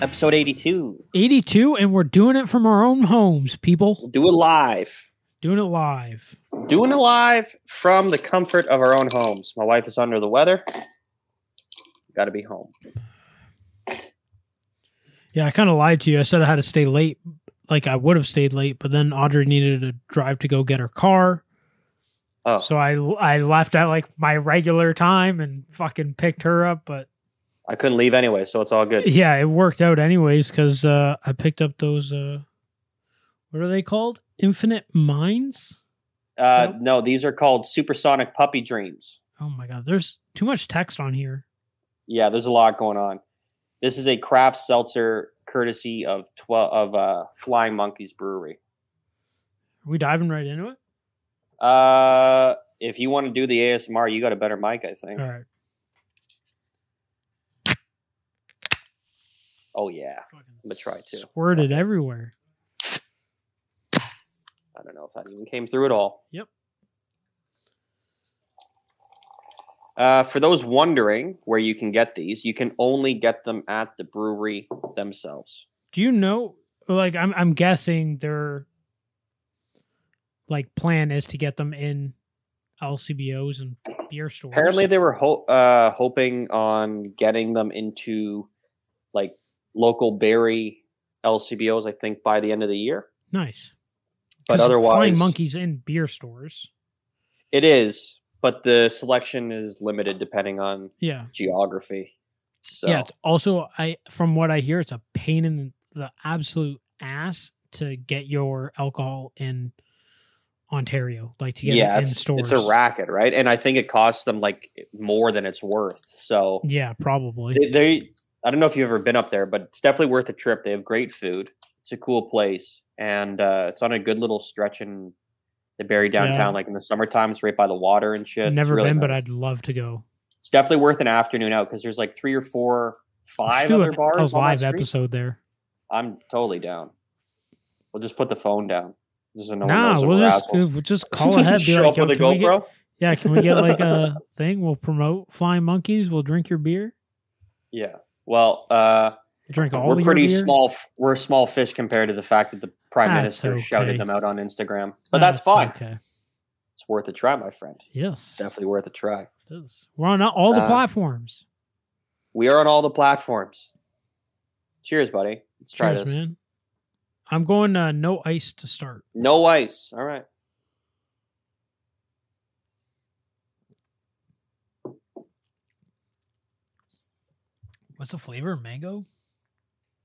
Episode 82. 82, and we're doing it from our own homes, people. Do it live. Doing it live. Doing it live from the comfort of our own homes. My wife is under the weather. Got to be home. Yeah, I kind of lied to you. I said I had to stay late. Like I would have stayed late, but then Audrey needed to drive to go get her car. Oh, So I I left at like my regular time and fucking picked her up, but I couldn't leave anyway, so it's all good. yeah, it worked out anyways cuz uh I picked up those uh what are they called? Infinite Minds? Uh, no, these are called supersonic puppy dreams. Oh my god, there's too much text on here. Yeah, there's a lot going on. This is a craft seltzer courtesy of 12 of uh, Flying Monkeys Brewery. Are we diving right into it? Uh, if you want to do the ASMR, you got a better mic, I think. All right. Oh yeah, Fucking gonna try to. Squirted everywhere. I don't know if that even came through at all. Yep. Uh, for those wondering where you can get these, you can only get them at the brewery themselves. Do you know? Like, I'm I'm guessing their like plan is to get them in LCBOs and beer stores. Apparently, they were ho- uh, hoping on getting them into like local berry LCBOs. I think by the end of the year, nice. but 'Cause flying otherwise, monkeys in beer stores. it is. But the selection is limited depending on Yeah, geography. So yeah. It's also, I from what I hear, it's a pain in the absolute ass to get your alcohol in Ontario, like to get yeah, it in it's, stores. it's a racket, right? And I think it costs them like more than it's worth. So Yeah, probably. they, they- I don't know if you've ever been up there, but it's definitely worth a trip. They have great food. It's a cool place, and uh, it's on a good little stretch in the Barry downtown. Yeah. Like in the summertime, it's right by the water and shit. I've It's never really been, but nice. I'd love to go. it's definitely worth an afternoon out because there's like three or four, Let's five do other an- bars. a on that live street. episode there. I'm totally down. We'll just put the phone down. This is no one nah, knows that we'll we're just assholes. we'll just call ahead. Be Show like, up "Yo, with a can we get- GoPro. yeah, can we get like a thing? We'll promote flying monkeys. We'll drink your beer. Yeah. Well, uh, Drink all we're of pretty your beer. small. f- We're a small fish compared to the fact that the prime That's minister okay. shouted them out on Instagram. But that's, fine. Okay. It's worth a try, my friend. Yes, Definitely worth a try. it is. We're on all the Uh, platforms. We are on all the platforms. Cheers, buddy. Let's try Cheers, this. man. I'm going uh, no ice to start. No ice. All right. What's the flavor? Mango,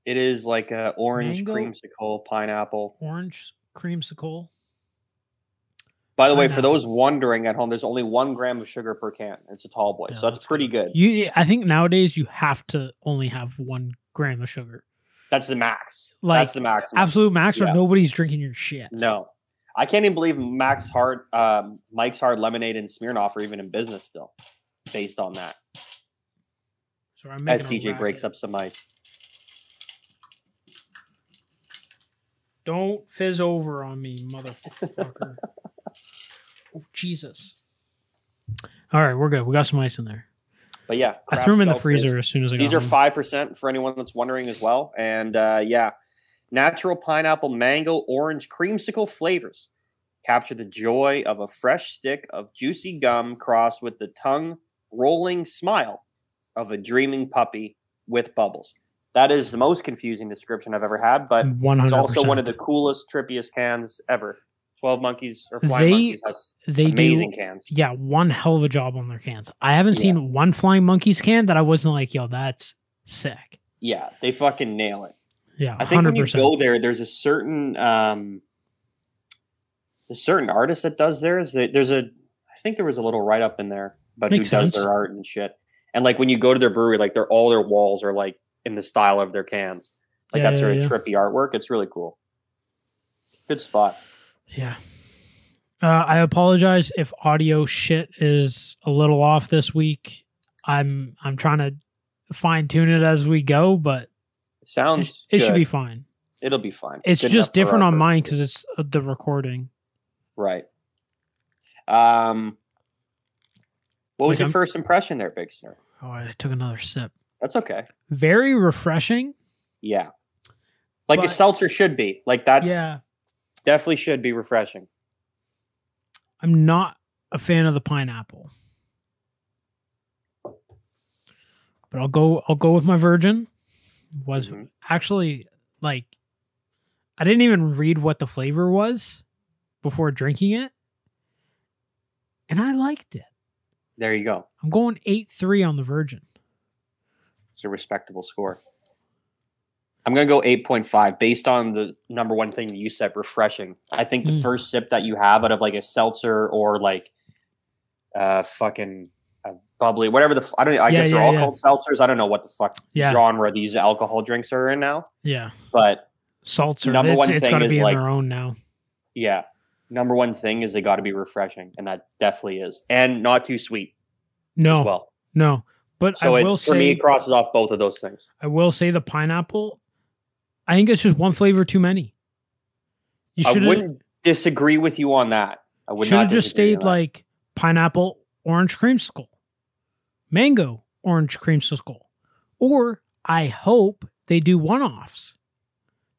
It is like a orange Mango? creamsicle pineapple. orange, creamsicle. By the way, for Pineapple. those wondering at home, there's only one gram of sugar per can. It's a tall boy, Yeah, so that's, that's pretty good. You, I think nowadays you have to only have one gram of sugar, That's the max. Like, that's the max. absolute max, or Yeah. nobody's drinking your shit. No, I can't even believe Max Hart, um, Mike's Hard Lemonade and Smirnoff are even in business still, based on that. So I'm As CJ making a breaks racket. up some ice, Don't fizz over on me, motherfucker. oh, Jesus. All right, we're good. We got some ice in there. but yeah, I craft threw them in the seltzers. freezer as soon as I got These are home. five percent for anyone that's wondering as well, and uh, yeah, natural pineapple, mango, orange, creamsicle flavors capture the joy of a fresh stick of juicy gum crossed with the tongue rolling smile of a dreaming puppy with bubbles. That is the most confusing description I've ever had, but 100%. It's also one of the coolest, trippiest cans ever. Twelve Monkeys or Flying They- Monkeys has they amazing do. cans. Yeah, one hell of a job on their cans. I haven't Yeah. seen one Flying Monkeys can that I wasn't like, yo, that's sick. Yeah, they fucking nail it. Yeah, I think when you 100%. go there, there's a certain um, a certain artist that does theirs. There- There's a, I think there was a little write up in there, but who Makes does sense. their art and shit. And like when you go to their brewery, like they're all their walls are like in the style of their cans. Like Yeah, that's yeah, sort yeah. of trippy artwork. It's really cool. Good spot. Yeah. Uh, I apologize if audio shit is a little off this week. I'm I'm trying to fine tune it as we go, but It it, sounds. it good. should be fine. It'll be fine. It's Good just enough for our different on purpose. mine because it's uh, the recording. Right. Um, what was Like, your I'm- first impression there, Big Snow? Oh, I took another sip. That's okay. Very refreshing. Yeah. Like a But- seltzer should be. Like that's yeah, definitely should be refreshing. I'm not a fan of the pineapple. But I'll go I'll go with my virgin. Was Mhm. actually like I didn't even read what the flavor was before drinking it. And I liked it. There you go. I'm going 8-3 on the virgin. It's a respectable score. I'm gonna go 8.5 based on the number one thing that you said, refreshing. I think the Mm. first sip that you have out of like a seltzer or like uh fucking a bubbly, whatever the f- I don't I Yeah, guess they're yeah, all yeah. called seltzers. I don't know what the fuck Yeah. genre these alcohol drinks are in now, Yeah. but Seltzer. Number it's one it's thing gotta is, be in like- their own now. Yeah. Number one thing is they got to be refreshing, and that definitely is, and not too sweet No. as well. No. But So I it, will for say me, it crosses off both of those things. I will say the pineapple. I think it's just one flavor too many. You I should have wouldn't disagree with you on that. I would should not have just disagree on stayed that. like pineapple, orange creamsicle, mango, orange creamsicle, or I hope they do one offs.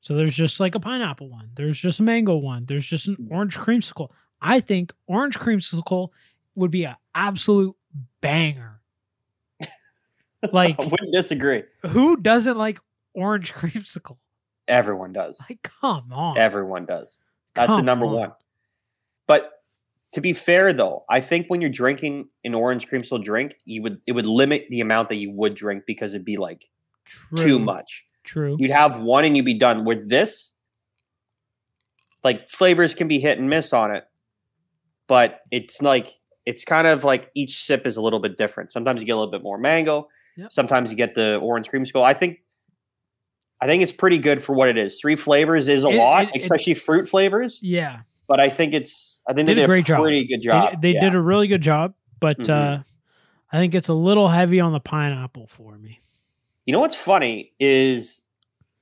So there's just like a pineapple one. There's just a mango one. There's just an orange creamsicle. I think orange creamsicle would be an absolute banger. Like I wouldn't disagree. who doesn't like orange creamsicle? Everyone does. Like, come on. Everyone does. That's the Come number on. one. But to be fair, though, I think when you're drinking an orange creamsicle drink, you would it would limit the amount that you would drink because it'd be like True. too much. True. You'd have one and you'd be done. With this, like flavors can be hit and miss on it, but it's like it's kind of like each sip is a little bit different. Sometimes you get a little bit more mango. Yep. Sometimes you get the orange creamsicle. I think, I think it's pretty good for what it is. Three flavors is a It- lot, it- it- especially fruit flavors. yeah. But I think it's I think they did, a great job. pretty good They- job. They, Yeah. did a really good job, but Mhm. uh, I think it's a little heavy on the pineapple for me. You know what's funny is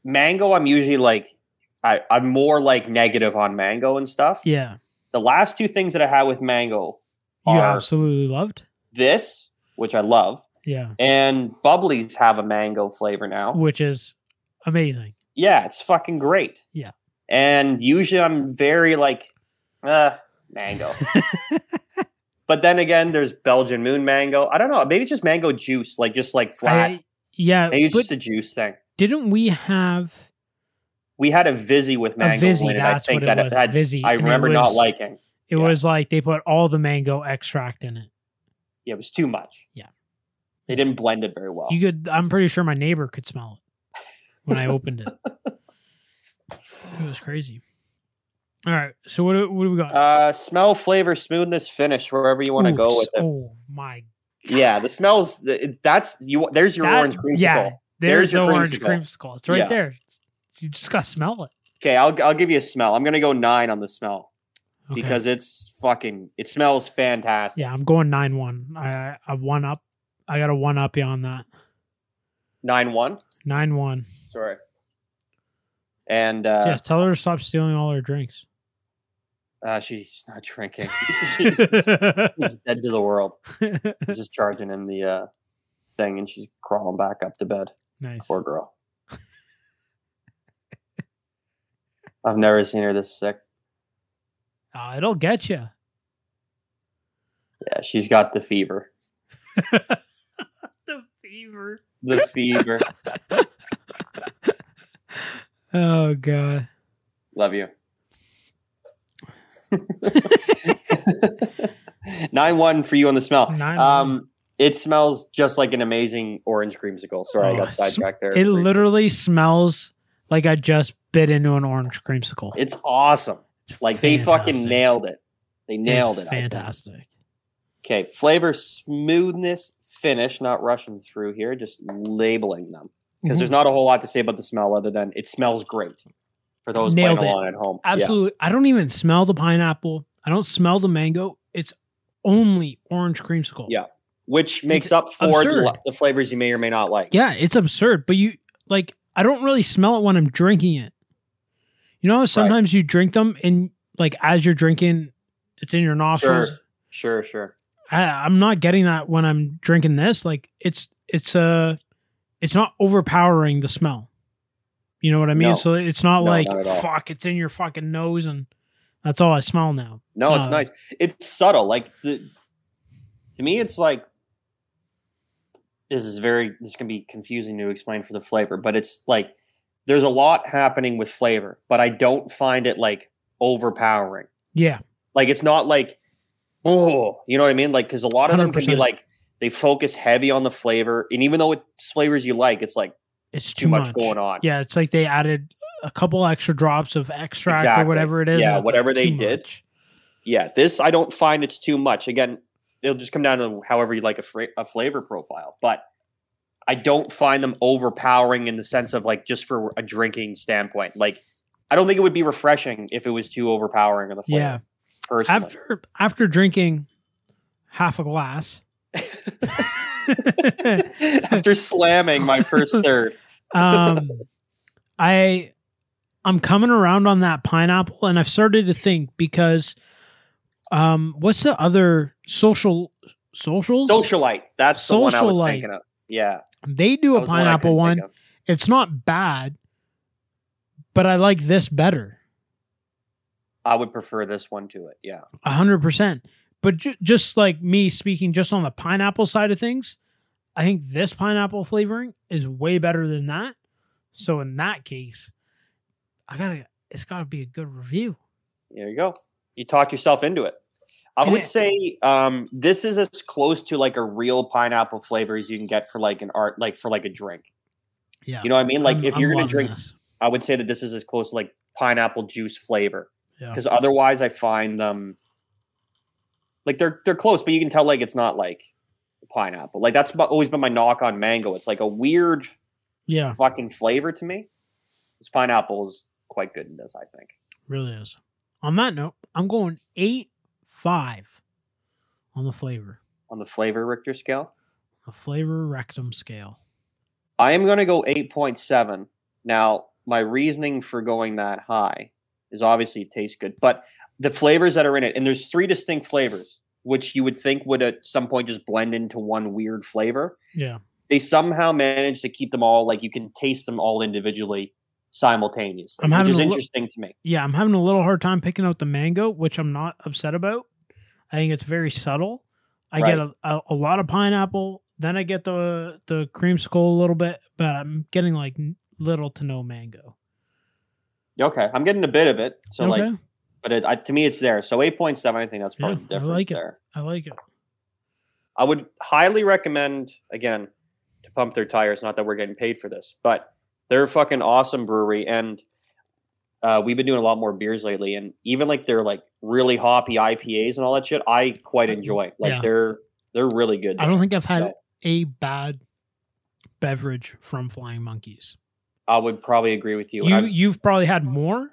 mango. I'm usually like I, I'm more like negative on mango and stuff. Yeah, the last two things that I had with mango you are absolutely loved. this, which I love, Yeah, and Bubblies have a mango flavor now. which is amazing. Yeah, it's fucking great. Yeah. And usually I'm very like, uh, mango. but then again, there's Belgian moon mango. I don't know. Maybe it's just mango juice, like just like flat. I- yeah, maybe it's but just a juice thing. didn't we have We had a Vizzy with mango. a in Vizzy? it, I That's think what that it was. had, Vizzy. I and it remember not was- liking. It yeah. was like they put all the mango extract in it. Yeah, it was too much. Yeah. They didn't blend it very well. You could. I'm pretty sure my neighbor could smell it when I opened it. It was crazy. All right, so what do, what do we got? Uh, smell, flavor, smoothness, finish, wherever you want to Ooh, go with s- it. Oh my Yeah, the smells. th- That's you. There's your That- orange creamsicle. Yeah, There's there's, the your orange creamsicle. creamsicle. It's right Yeah. there. It's- you just gotta smell it. Okay, I'll I'll give you a smell. I'm gonna go nine on the smell Okay. because it's fucking. It smells fantastic. yeah, I'm going nine one. I I one up. I got a one up you on that Nine one. nine one. Sorry. And uh, yeah, tell her to stop stealing all her drinks. uh, she's not drinking. she's, yeah, she's dead to the world. She's just charging in the uh, thing, and she's crawling back up to bed. nice. Poor girl. I've never seen her this sick. Oh, it'll get you. Yeah, she's got the fever. The fever. The fever. Oh god. Love you. Nine one for you on the smell. Nine one. Um, it smells just like an amazing orange creamsicle. Sorry, Oh, I it got sm- sidetracked there. It literally smells like I just bit into an orange creamsicle. it's awesome. It's Like they fucking fantastic. nailed it. They It's nailed it. I think. Fantastic. Okay, flavor, smoothness, finish. Not rushing through here, just labeling them because Mhm. there's not a whole lot to say about the smell other than it smells great. For those Nailed it. playing along at home, Yeah. Absolutely. I don't even smell the pineapple. I don't smell the mango. It's only orange creamsicle. Yeah. which makes up for the, absurd. lo- the flavors you may or may not like. Yeah, it's absurd. But you like I don't really smell it when I'm drinking it. You know how sometimes you drink them and like as you're drinking, it's in your nostrils. Sure, sure. I, I'm not getting that when I'm drinking this. Like it's it's uh it's not overpowering the smell. You know what I mean? No. So it's not No, like not at all. fuck, it's in your fucking nose and that's all I smell now. No, it's Uh, nice. It's subtle. Like the, to me, it's like this is very this can be confusing to explain for the flavor, but it's like there's a lot happening with flavor, but I don't find it like overpowering. Yeah. Like it's not like oh, you know what I mean? Like because a lot of them can be 100%. like they focus heavy on the flavor, and even though it's flavors you like, it's like It's too, much, going on. Yeah, it's like they added a couple extra drops of extract Exactly. or whatever it is. Yeah, and it's like whatever they too did. much. Yeah, this I don't find it's too much. Again, it'll just come down to however you like a, fra- a flavor profile, but I don't find them overpowering in the sense of like just for a drinking standpoint. Like, I don't think it would be refreshing if it was too overpowering on the flavor. Yeah. personally. After after drinking half a glass. After slamming my first third, um i i'm coming around on that pineapple and i've started to think because um what's the other social socials socialite. That's the one I was Socialite. thinking of. Yeah, they do that a was the one I pineapple couldn't one think of. it's not bad but i like this better I would prefer this one to it. Yeah, 100% but ju- just like me speaking just on the pineapple side of things i think this pineapple flavoring is way better than that so in that case i gotta it's gotta be a good review there you go. You talk yourself into it. I Can would I- say um, this is as close to like a real pineapple flavor as you can get for like an art, like for like a drink. yeah You know what I mean? Like I'm- if I'm you're gonna loving drink, this. I would say that this is as close to like pineapple juice flavor Yeah. because otherwise I find them like they're they're close, but you can tell like it's not like pineapple. Like that's mu- always been my knock on mango. It's like a weird yeah, fucking flavor to me. This pineapple is quite good in this, I think. really is. On that note, I'm going eight five on the flavor, On the flavor Richter scale, the flavor rectum scale. I am going to go 8.7. Now, my reasoning for going that high is obviously it tastes good, but the flavors that are in it, and there's three distinct flavors, which you would think would at some point just blend into one weird flavor. Yeah, They somehow manage to keep them all like you can taste them all individually simultaneously, I'm having which is a look- interesting to me. yeah. I'm having a little hard time picking out the mango, which I'm not upset about. I think it's very subtle. I get a, a, a lot of pineapple, then I get the the creamsicle a little bit, but I'm getting like n- little to no mango. Okay, I'm getting a bit of it, so okay, like, but it, I, to me, it's there. So 8.7, I think that's Yeah, probably the I difference like it. there. I like it. I would highly recommend again to pump their tires. Not that we're getting paid for this, but they're a fucking awesome brewery, and uh, we've been doing a lot more beers lately. And even like their like really hoppy IPAs and all that shit, I quite enjoy. Like Mm-hmm. Yeah. they're they're really good. I don't think I've had So a bad beverage from Flying Monkeys. I would probably agree with you. And you I've- you've probably had more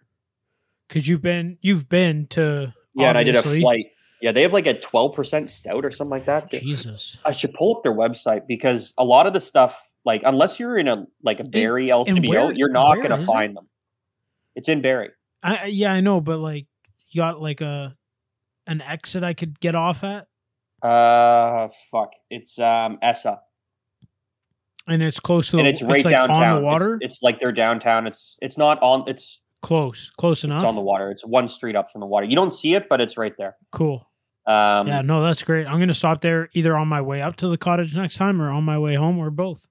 because you've been you've been to yeah, and I did a obviously- flight. Yeah, they have like a twelve percent stout or something like that. too. Jesus, I should pull up their website because a lot of the stuff, like unless you're in a like a Barry LCBO, where- you're not where gonna is it? find them. It's in Barry. I, I- yeah, I know, but like you got like a an exit I could get off at, Uh, fuck. It's um Essa, and it's close to and the, it's right like downtown. on the water. It's, it's like they're downtown. It's it's not on. It's close, close enough. it's on the water. It's one street up from the water. You don't see it, but it's right there. cool. Um, yeah, no, that's great. I'm gonna stop there either on my way up to the cottage next time or on my way home or both.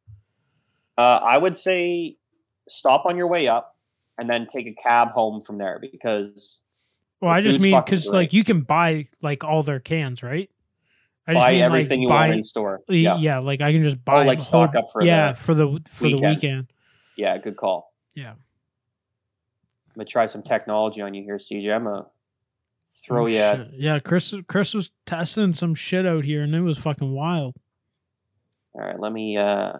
uh, I would say stop on your way up, and then take a cab home from there because Well, The I just food's mean fucking because great. like you can buy like all their cans, right? I just buy mean, like, everything you buy- want in store. Yeah. Yeah, yeah, like I can just buy like, the stock up for yeah the for the for the weekend. weekend. yeah. Good call. Yeah. I'm gonna try some technology on you here, CJ. I'm gonna throw Oh, you. at- shit. Yeah, Chris Chris was testing some shit out here and it was fucking wild. All right, let me uh,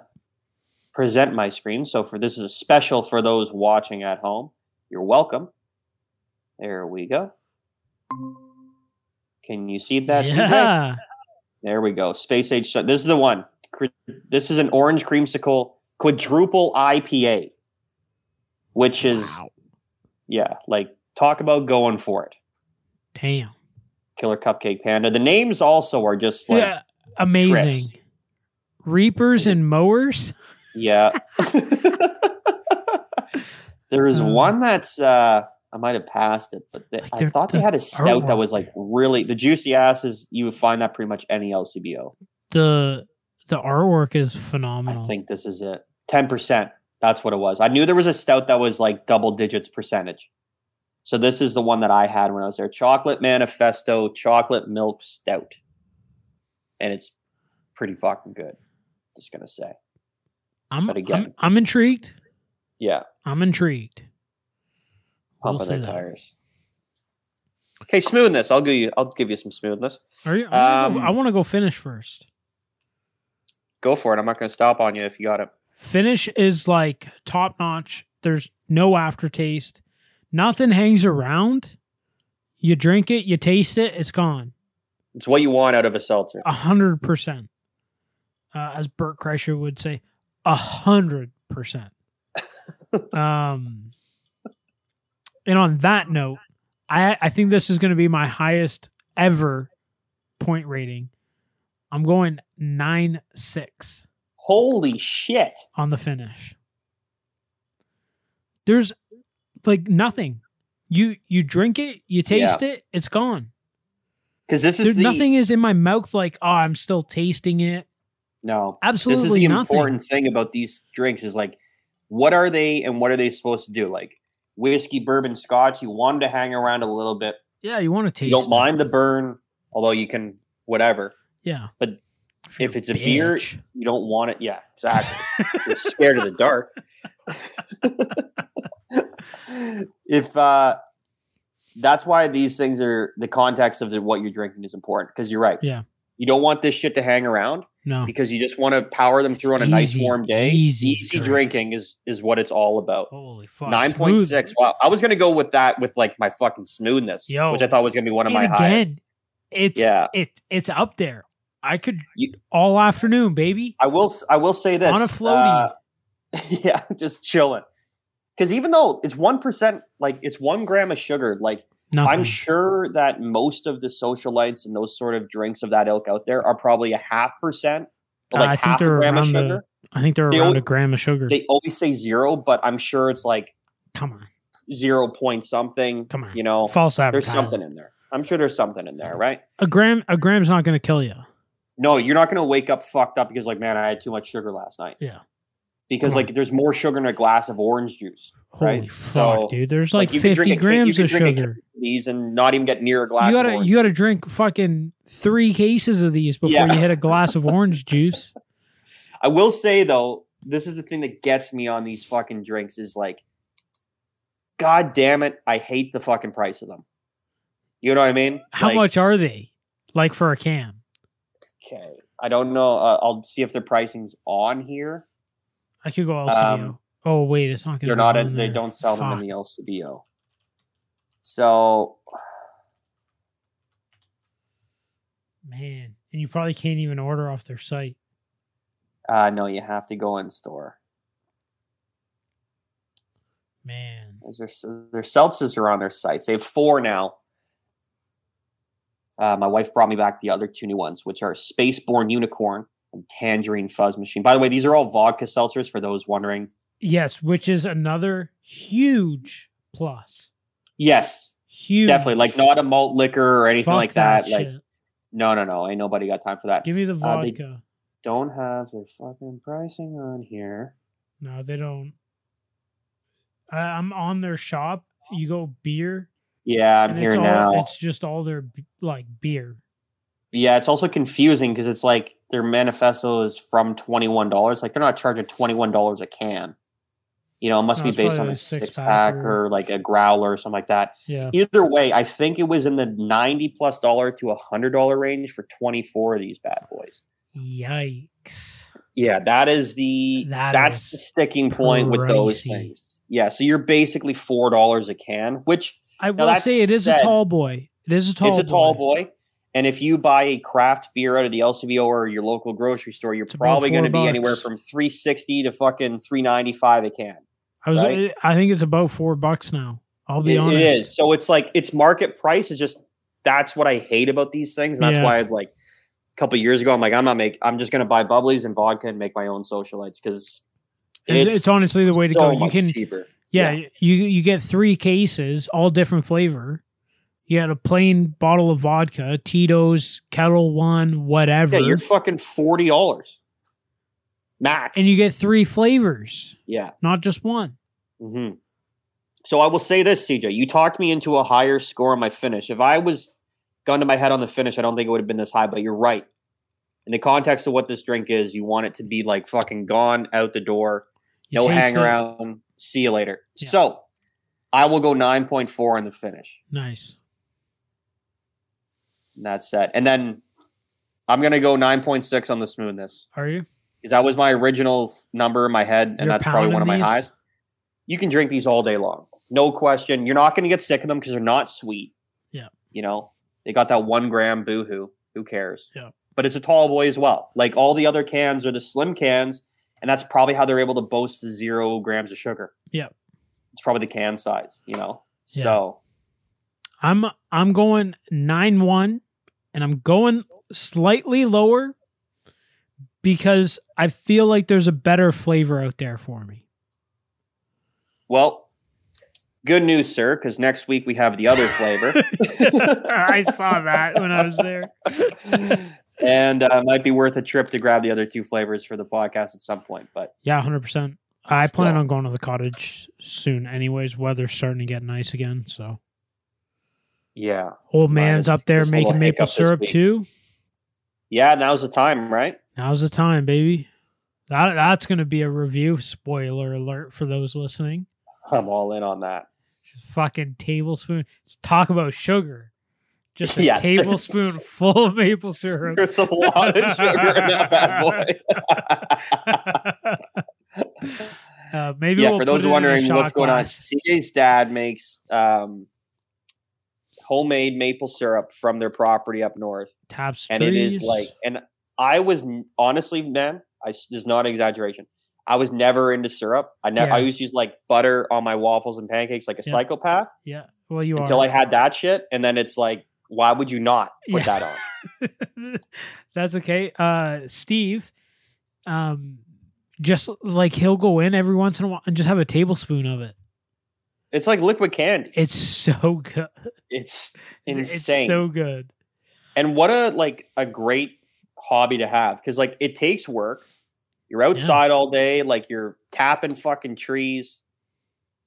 present my screen. So for this is a special for those watching at home. You're welcome. There we go. Can you see that? CJ? yeah. There we go. Space Age. Sun- This is the one. Cre- This is an orange creamsicle quadruple IPA, which is Wow. yeah, like talk about going for it. Damn. Killer Cupcake Panda. The names also are just like yeah. Amazing. Reapers and mowers. Yeah. There was Uh, one that's uh I might have passed it, but they, like I they're- thought they the had a stout that was artwork. like really the juicy asses. You would find that pretty much any LCBO. The the artwork is I phenomenal. think this is it. Ten percent. That's what it was. I knew there was a stout that was like double digits percentage. So this is the one that I had when I was there. Chocolate Manifesto Chocolate Milk Stout, and it's pretty fucking good. Just gonna say, I'm, but again- I'm I'm intrigued. yeah, I'm intrigued. I will pumping say their that. tires. Okay, smoothness. I'll give you. I'll give you some smoothness. Are you? I wanna go- Um, I want to go finish first. Go for it. I'm not gonna stop on you if you got it. Finish is like top notch. There's no aftertaste. Nothing hangs around. You drink it, you taste it, it's gone. It's what you want out of a seltzer. A hundred percent. Uh, as Bert Kreischer would say, a hundred percent. Um, and on that note, I I think this is going to be my highest ever point rating. I'm going nine six Holy shit! on the finish. There's like nothing. You you drink it, you taste it, it's gone. Because this is There, the, nothing is in my mouth like, oh, I'm still tasting it. No, Absolutely this is the nothing. important thing about these drinks is like what are they and what are they supposed to do like whiskey bourbon scotch you want 'em to hang around a little bit Yeah, you want to taste. you don't it. mind the burn although you can whatever Yeah, But you're if it's a beer- bitch. you don't want it yeah exactly you're scared of the dark if uh that's why these things are the context of the, what you're drinking is important because you're right Yeah. you don't want this shit to hang around no, because you just want to power them through on a nice easy, warm day. easy Easy, drink. drinking is is what it's all about. holy fuck, Nine point smooth. six. Wow, I was gonna go with that with like my fucking smoothness, Yo. which I thought was gonna be one of And my highest. again, it's Yeah, it it's up there. I could You- all afternoon, baby. I will. s- I will say this On a floaty. uh, yeah, just chilling. Because even though it's one percent, like it's one gram of sugar, like Nothing. I'm sure that most of the socialites and those sort of drinks of that ilk out there are probably a half percent, Uh, or, like I think half a they're gram of around the- sugar. I think they're they around al- a gram of sugar. They always say zero, but I'm sure it's like come on, zero point something. come on. You know, false there's advertising. something in there. I'm sure there's something in there, right? A gram a gram's not going to kill you. No, you're not going to wake up fucked up because, like, man, I had too much sugar last night. Yeah. Because, Come on. like, there's more sugar in a glass of orange juice. Holy Right, fuck, so, dude. There's like, you could 50 drink a ca- you grams could of drink a sugar. These and not even get near a glass You of gotta orange. you gotta drink fucking three cases of these before Yeah. you hit a glass of orange juice. I will say, though, this is the thing that gets me on these fucking drinks is like, God damn it, I hate the fucking price of them. You know what I mean? How Like, much are they? Like for a can? Okay. I don't know. Uh, I'll see if their pricing's on here. I could go LCBO. Um, oh wait, it's not gonna. They're be not. on In, they there. don't sell them Fuck. in the LCBO. So Man, and you probably can't even order off their site. uh, no, you have to go in store. Man, There's Their s- their seltzers are on their sites. They have four now. Uh, my wife brought me back the other two new ones, which are Spaceborn Unicorn and Tangerine Fuzz Machine. By the way, these are all vodka seltzers for those wondering. yes, which is another huge plus. Yes, Huge, definitely. Like not a malt liquor or anything Fuck like that. Like shit. no, no, no. Ain't nobody got time for that. give me the uh, they- vodka. Don't have their fucking pricing on here. no, they don't. I, I'm on their shop. You go beer. Yeah, I'm and here it's all, now. It's just all their b- like beer. Yeah, it's also confusing because it's like their manifesto is from twenty one dollars. Like they're not charging twenty one dollars a can. You know, it must No, be it's based probably on like a six six pack pack or- or like a growler or something like that. Yeah, Either way, I think it was in the ninety plus dollar to a hundred dollar range for twenty four of these bad boys. yikes. Yeah, that is the That that's is the sticking point with those pricey. things. Yeah, so you're basically four dollars a can, which I Now, will that say it is a said- tall boy. It is a tall. it's a tall boy. And if you buy a craft beer out of the LCBO or your local grocery store, you're It's about probably going to four be anywhere bucks. from 360 to fucking 395 a can. I was. right? I think it's about four bucks now. I'll be It- honest. it is. So it's like it's market price is just that's what I hate about these things. And that's Yeah. why I've like a couple years ago, I'm like, I'm not make I'm just gonna buy bubblies and vodka and make my own socialites because It- It's, it's, honestly the way to so go. You much can cheaper. Yeah, you you get three cases, all different flavor. You had a plain bottle of vodka, Tito's, Kettle One, whatever, Yeah, you're fucking forty dollars max. and you get three flavors, yeah. not just one. hmm So I will say this, CJ, you talked me into a higher score on my finish. If I was gun to my head on the finish, I don't think it would have been this high. But you're right. In the context of what this drink is, you want it to be like fucking gone out the door, You no taste hang it. around. See you later. Yeah. So I will go nine point four on the finish. Nice. And that's that. And then I'm gonna go nine point six on the smoothness Are you? because that was my original number in my head, and You're that's probably one of my pounding these? highest. You can drink these all day long, no question. You're not gonna get sick of them because they're not sweet. Yeah. you know they got that one gram boohoo. Who cares? Yeah. but it's a tall boy as well. Like all the other cans are the slim cans, and that's probably how they're able to boast zero grams of sugar. Yeah. it's probably the can size. You know, Yeah. so I'm I'm going nine one, and I'm going slightly lower because I feel like there's a better flavor out there for me. well. Good news, sir, because next week we have the other flavor. I saw that when I was there. and uh, might be worth a trip to grab the other two flavors for the podcast at some point. But Yeah, hundred percent. I plan Still. on going to the cottage soon, anyways. Weather's starting to get nice again, so yeah, old Mine man's is up there just a little making maple hiccup this syrup week. too. yeah, now's the time, right? Now's the time, baby. That, that's going to be a review. Spoiler alert for those listening. I'm all in on that. Just fucking tablespoon. Let's talk about sugar. Just a Yeah. tablespoon full of maple syrup. There's a lot of sugar in that bad boy. Uh, maybe yeah, we'll for those put it in a wondering what's shot going on, glass. CJ's dad makes um, homemade maple syrup from their property up north. Taps and it is trees. like and i was n- honestly man i s- this is not an exaggeration i was never into syrup i never i Yeah. used to use like butter on my waffles and pancakes like a Yeah. psychopath yeah. Well, you until are. i had that shit and then it's like why would you not put Yeah. that on That's okay. Uh, Steve, um, just like he'll go in every once in a while and just have a tablespoon of it. it's like liquid candy It's so good. it's It's insane so good. and what a like a great hobby to have because like it takes work you're outside all day like you're tapping fucking trees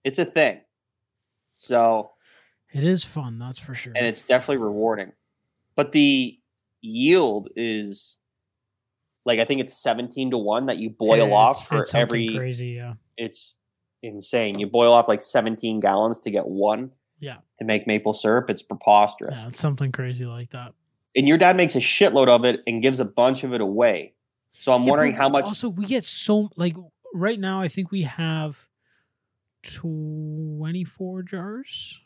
it's a thing so It is fun. That's for sure. and it's definitely rewarding. But the yield is like I think it's seventeen to one that you boil Yeah, off it's- for it's something every. crazy. Yeah. It's insane. You boil off like seventeen gallons to get one. Yeah. To make maple syrup, it's preposterous. yeah, it's something crazy like that. And your dad makes a shitload of it and gives a bunch of it away. So I'm Yeah, wondering but how much. Also, we get so like right now. I think we have twenty-four jars,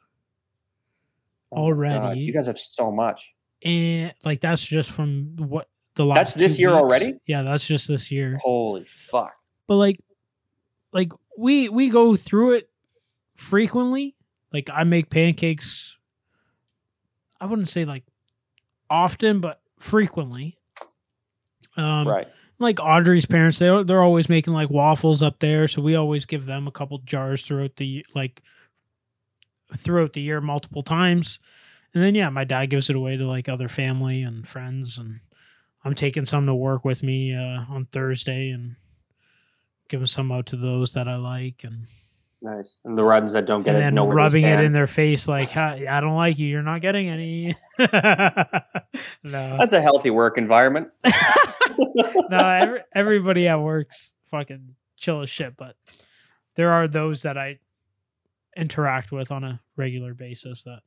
Oh my God, already- you guys have so much. and like that's just from what the last. That's this two year weeks. already? Oh. Yeah, that's just this year. Holy fuck! but like like we we go through it frequently like i make pancakes i wouldn't say like often but frequently um right. like audrey's parents they they're always making like waffles up there so we always give them a couple jars throughout the like throughout the year multiple times and then yeah my dad gives it away to like other family and friends and i'm taking some to work with me uh, on thursday and giving some out to those that i like and, Nice. And the runs that don't get and it, then know where they rubbing it stand. in their face like "Hi, i don't like you you're not getting any no That's a healthy work environment. no, every, everybody at work's fucking chill as shit, but there are those that I interact with on a regular basis that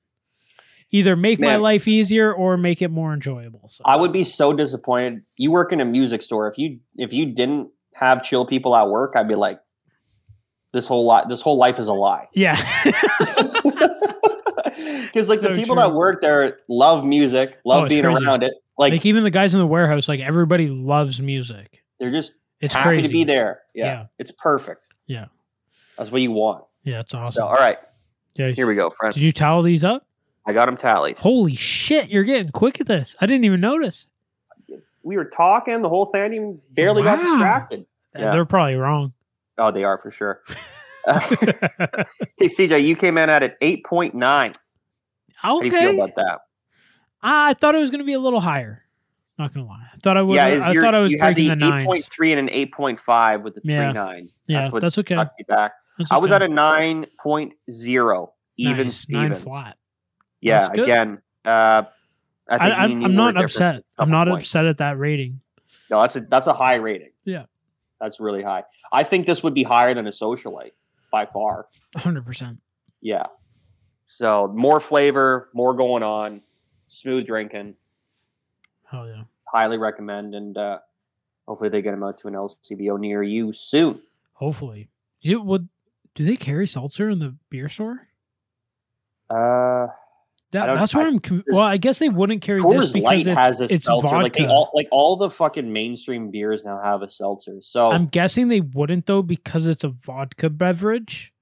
either make my Man. life easier or make it more enjoyable. So I would be so disappointed. You work in a music store. If you if you didn't have chill people at work, I'd be like, this whole lot, this whole life is a lie. yeah, Because like So the people true. Oh, that work there love music, love it's being crazy. around it. Like, like, even the guys in the warehouse, like everybody loves music. they're just It's happy crazy to be there. Yeah, Yeah. it's perfect. Yeah. that's what you want. Yeah, it's awesome. So all right, yeah, here we go, friend. did you towel these up? I got them tallied. Holy shit, you're getting quick at this. I didn't even notice. We were talking the whole thing, and barely got Wow. distracted. Yeah. They're probably wrong. Oh, they are for sure. Hey, CJ, you came in at an 8.9. How do you feel okay. about that? I thought it was going to be a little higher. Not going to lie. I thought I would. yeah, is I your, thought I was you had the breaking the nines. 8.3 and an 8.5 with the three Yeah. nines. Yeah, that's what that's okay. sucked you back. That's I was okay. at a 9.0, even Nice. Stevens. Nine flat. Yeah, That's good. again, uh, I think I, me and I'm, you I'm were not different. upset. I'm couple not points. upset at that rating. No, that's a that's a high rating. Yeah. that's really high. I think this would be higher than a socialite by far. 100. percent Yeah. So more flavor, more going on, smooth drinking. Hell yeah. Highly recommend, and uh, hopefully they get them out to an LCBO near you soon. Hopefully. You would. Do they carry seltzer in the beer store? Uh, I That, don't- that's where I- I, am Well, I guess they wouldn't carry this Coors because Light it's, has a it's seltzer. vodka. Like they all, like all the fucking mainstream beers now have a seltzer. So I'm guessing they wouldn't though because it's a vodka beverage.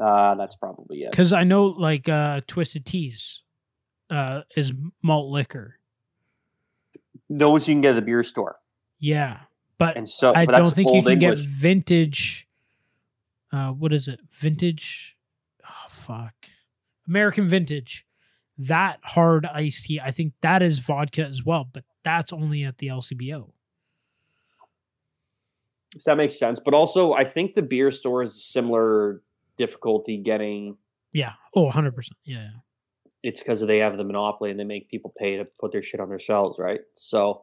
uh, that's probably it. Because I know like uh Twisted Teas uh is malt liquor. Those you can get at the beer store, Yeah, but and so I but that's don't think you old can get English. vintage. Uh, what is it? Vintage. Oh fuck, American vintage. That hard iced tea. I think that is vodka as well, but that's only at the LCBO. So that makes sense. But also, I think the beer store is similar difficulty getting. Yeah. Oh, 100 percent. Yeah. yeah. It's because they have the monopoly and they make people pay to put their shit on their shelves, right? So,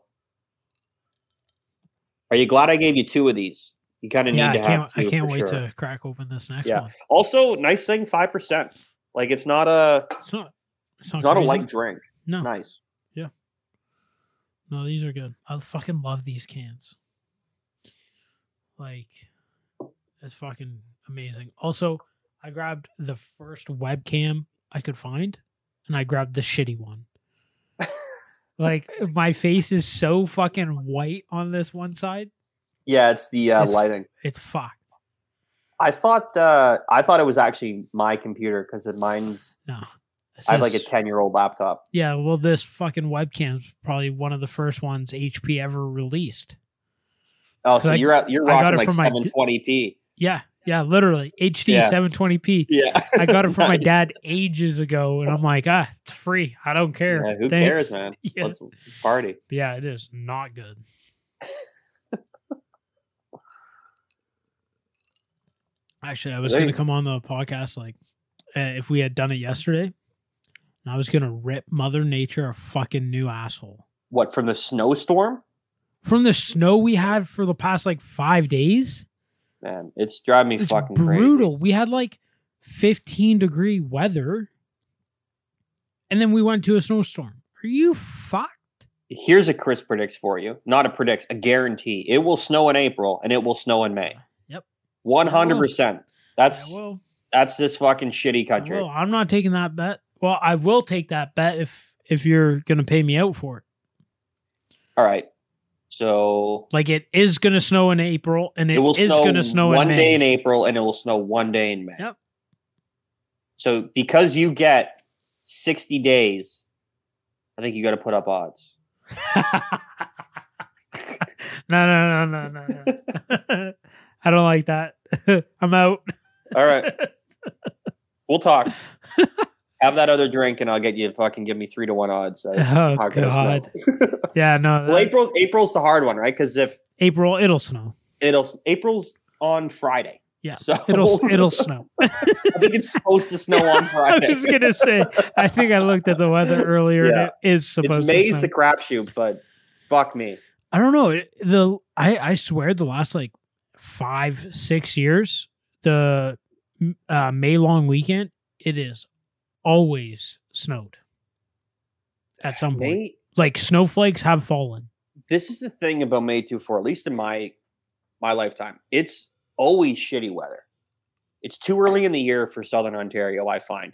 are you glad I gave you two of these? You kind of Yeah, need I to can't. have. Two I can't for wait sure. to crack open this next Yeah. one. Also, nice thing, five percent. Like it's not a It's not. It's not, it's not a crazy. light drink. No, It's nice. No, these are good. I fucking love these cans. Like, it's fucking amazing. Also, I grabbed the first webcam I could find, and I grabbed the shitty one. like, my face is so fucking white on this one side. Yeah, it's the uh, It's- lighting. It's fucked. I thought uh, I thought it was actually my computer because mine's. No. It I have like a says- ten year old laptop. yeah, well, this fucking webcam's probably one of the first ones HP ever released. Oh, 'Cause so I- you're out, you're I got rocking it like from my d- 720p. Yeah, yeah, literally HD Yeah. 720p. Yeah, I got it from my Nice. dad ages ago, and I'm like, ah, it's free. I don't care. Yeah, who Thanks." cares, man? Yeah. Let's party. yeah, it is not good. Actually, I was There going you to come on the podcast like uh, if we had done it yesterday, and I was going to rip Mother Nature a fucking new asshole What from the snowstorm? from the snow we had for the past like five days. Man, it's driving me It's fucking brutal. We had like 15 degree weather, and then we went to a snowstorm. Are you fucked? crazy. Here's a Chris predicts for you. Not a predicts, a guarantee. It will snow in April and it will snow in May. Yep. One hundred percent. That's Yeah, well, that's this fucking shitty I country. will. I'm not taking that bet. Well, I will take that bet if if you're gonna pay me out for it. All right. So Like it is gonna snow in April, and it will is snow, gonna snow one in day May. in April and it will snow one day in May. Yep. So because you get sixty days, I think you got to put up odds. no, no, no, no, no. no. I don't like that. I'm out. All right. We'll talk. Have that other drink, and I'll get you to fucking give me three to one odds. Uh, it's Oh, not gonna snow. God. yeah, no. well, that- April April's the hard one, right? Because if April, it'll snow. it'll April's on Friday, Yeah, So it'll it'll snow. I think it's supposed to snow on I'm Friday. just gonna say. I think I looked at the weather earlier. And it is supposed it's to May's snow. the crapshoot, but fuck me. I don't know. it- The I I swear the last like five six years the uh, May long weekend it is always snowed at some point. May Like snowflakes have fallen. this is the thing about May 2 4, at least in my my lifetime. It's always shitty weather. It's too early in the year for Southern Ontario, I find.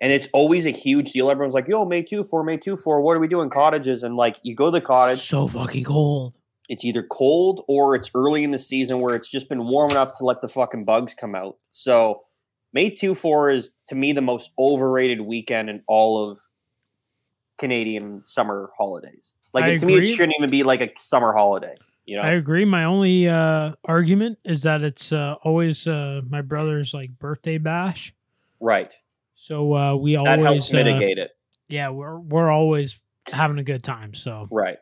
And it's always a huge deal. Everyone's like, yo, May 2 4, May 2 4, what are we doing? Cottages. And like, you go to the cottage, So fucking cold. it's either cold or it's early in the season where it's just been warm enough to let the fucking bugs come out. So May 2 4 is to me the most overrated weekend in all of Canadian summer holidays. Like, I it- to me, it agree. shouldn't even be like a summer holiday. You know, I agree. My only uh, argument is that it's uh, always uh, my brother's like birthday bash, right? so uh, we That always helps uh, mitigate it, yeah, we're we're always having a good time. So right?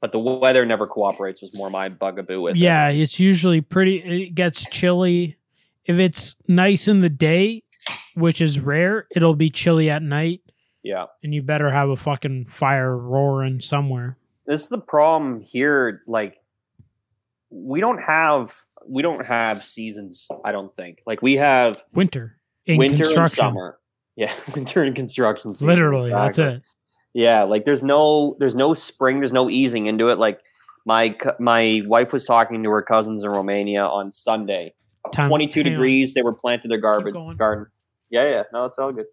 But the weather never cooperates was more my bugaboo with. it. yeah, it's usually pretty. It gets chilly. If it's nice in the day, which is rare, it'll be chilly at night, yeah. and you better have a fucking fire roaring somewhere. This is the problem here. Like, we don't have we don't have seasons. I don't think. Like we have Winter in winter and construction, summer. Yeah, winter and construction. Season, literally. That's exactly. it. Yeah, like there's no there's no spring, there's no easing into it. Like my cou- my wife was talking to her cousins in Romania on Sunday. Time- 22 hang on. degrees, they were planting their garbage going. garden. Yeah, yeah, no, it's all good.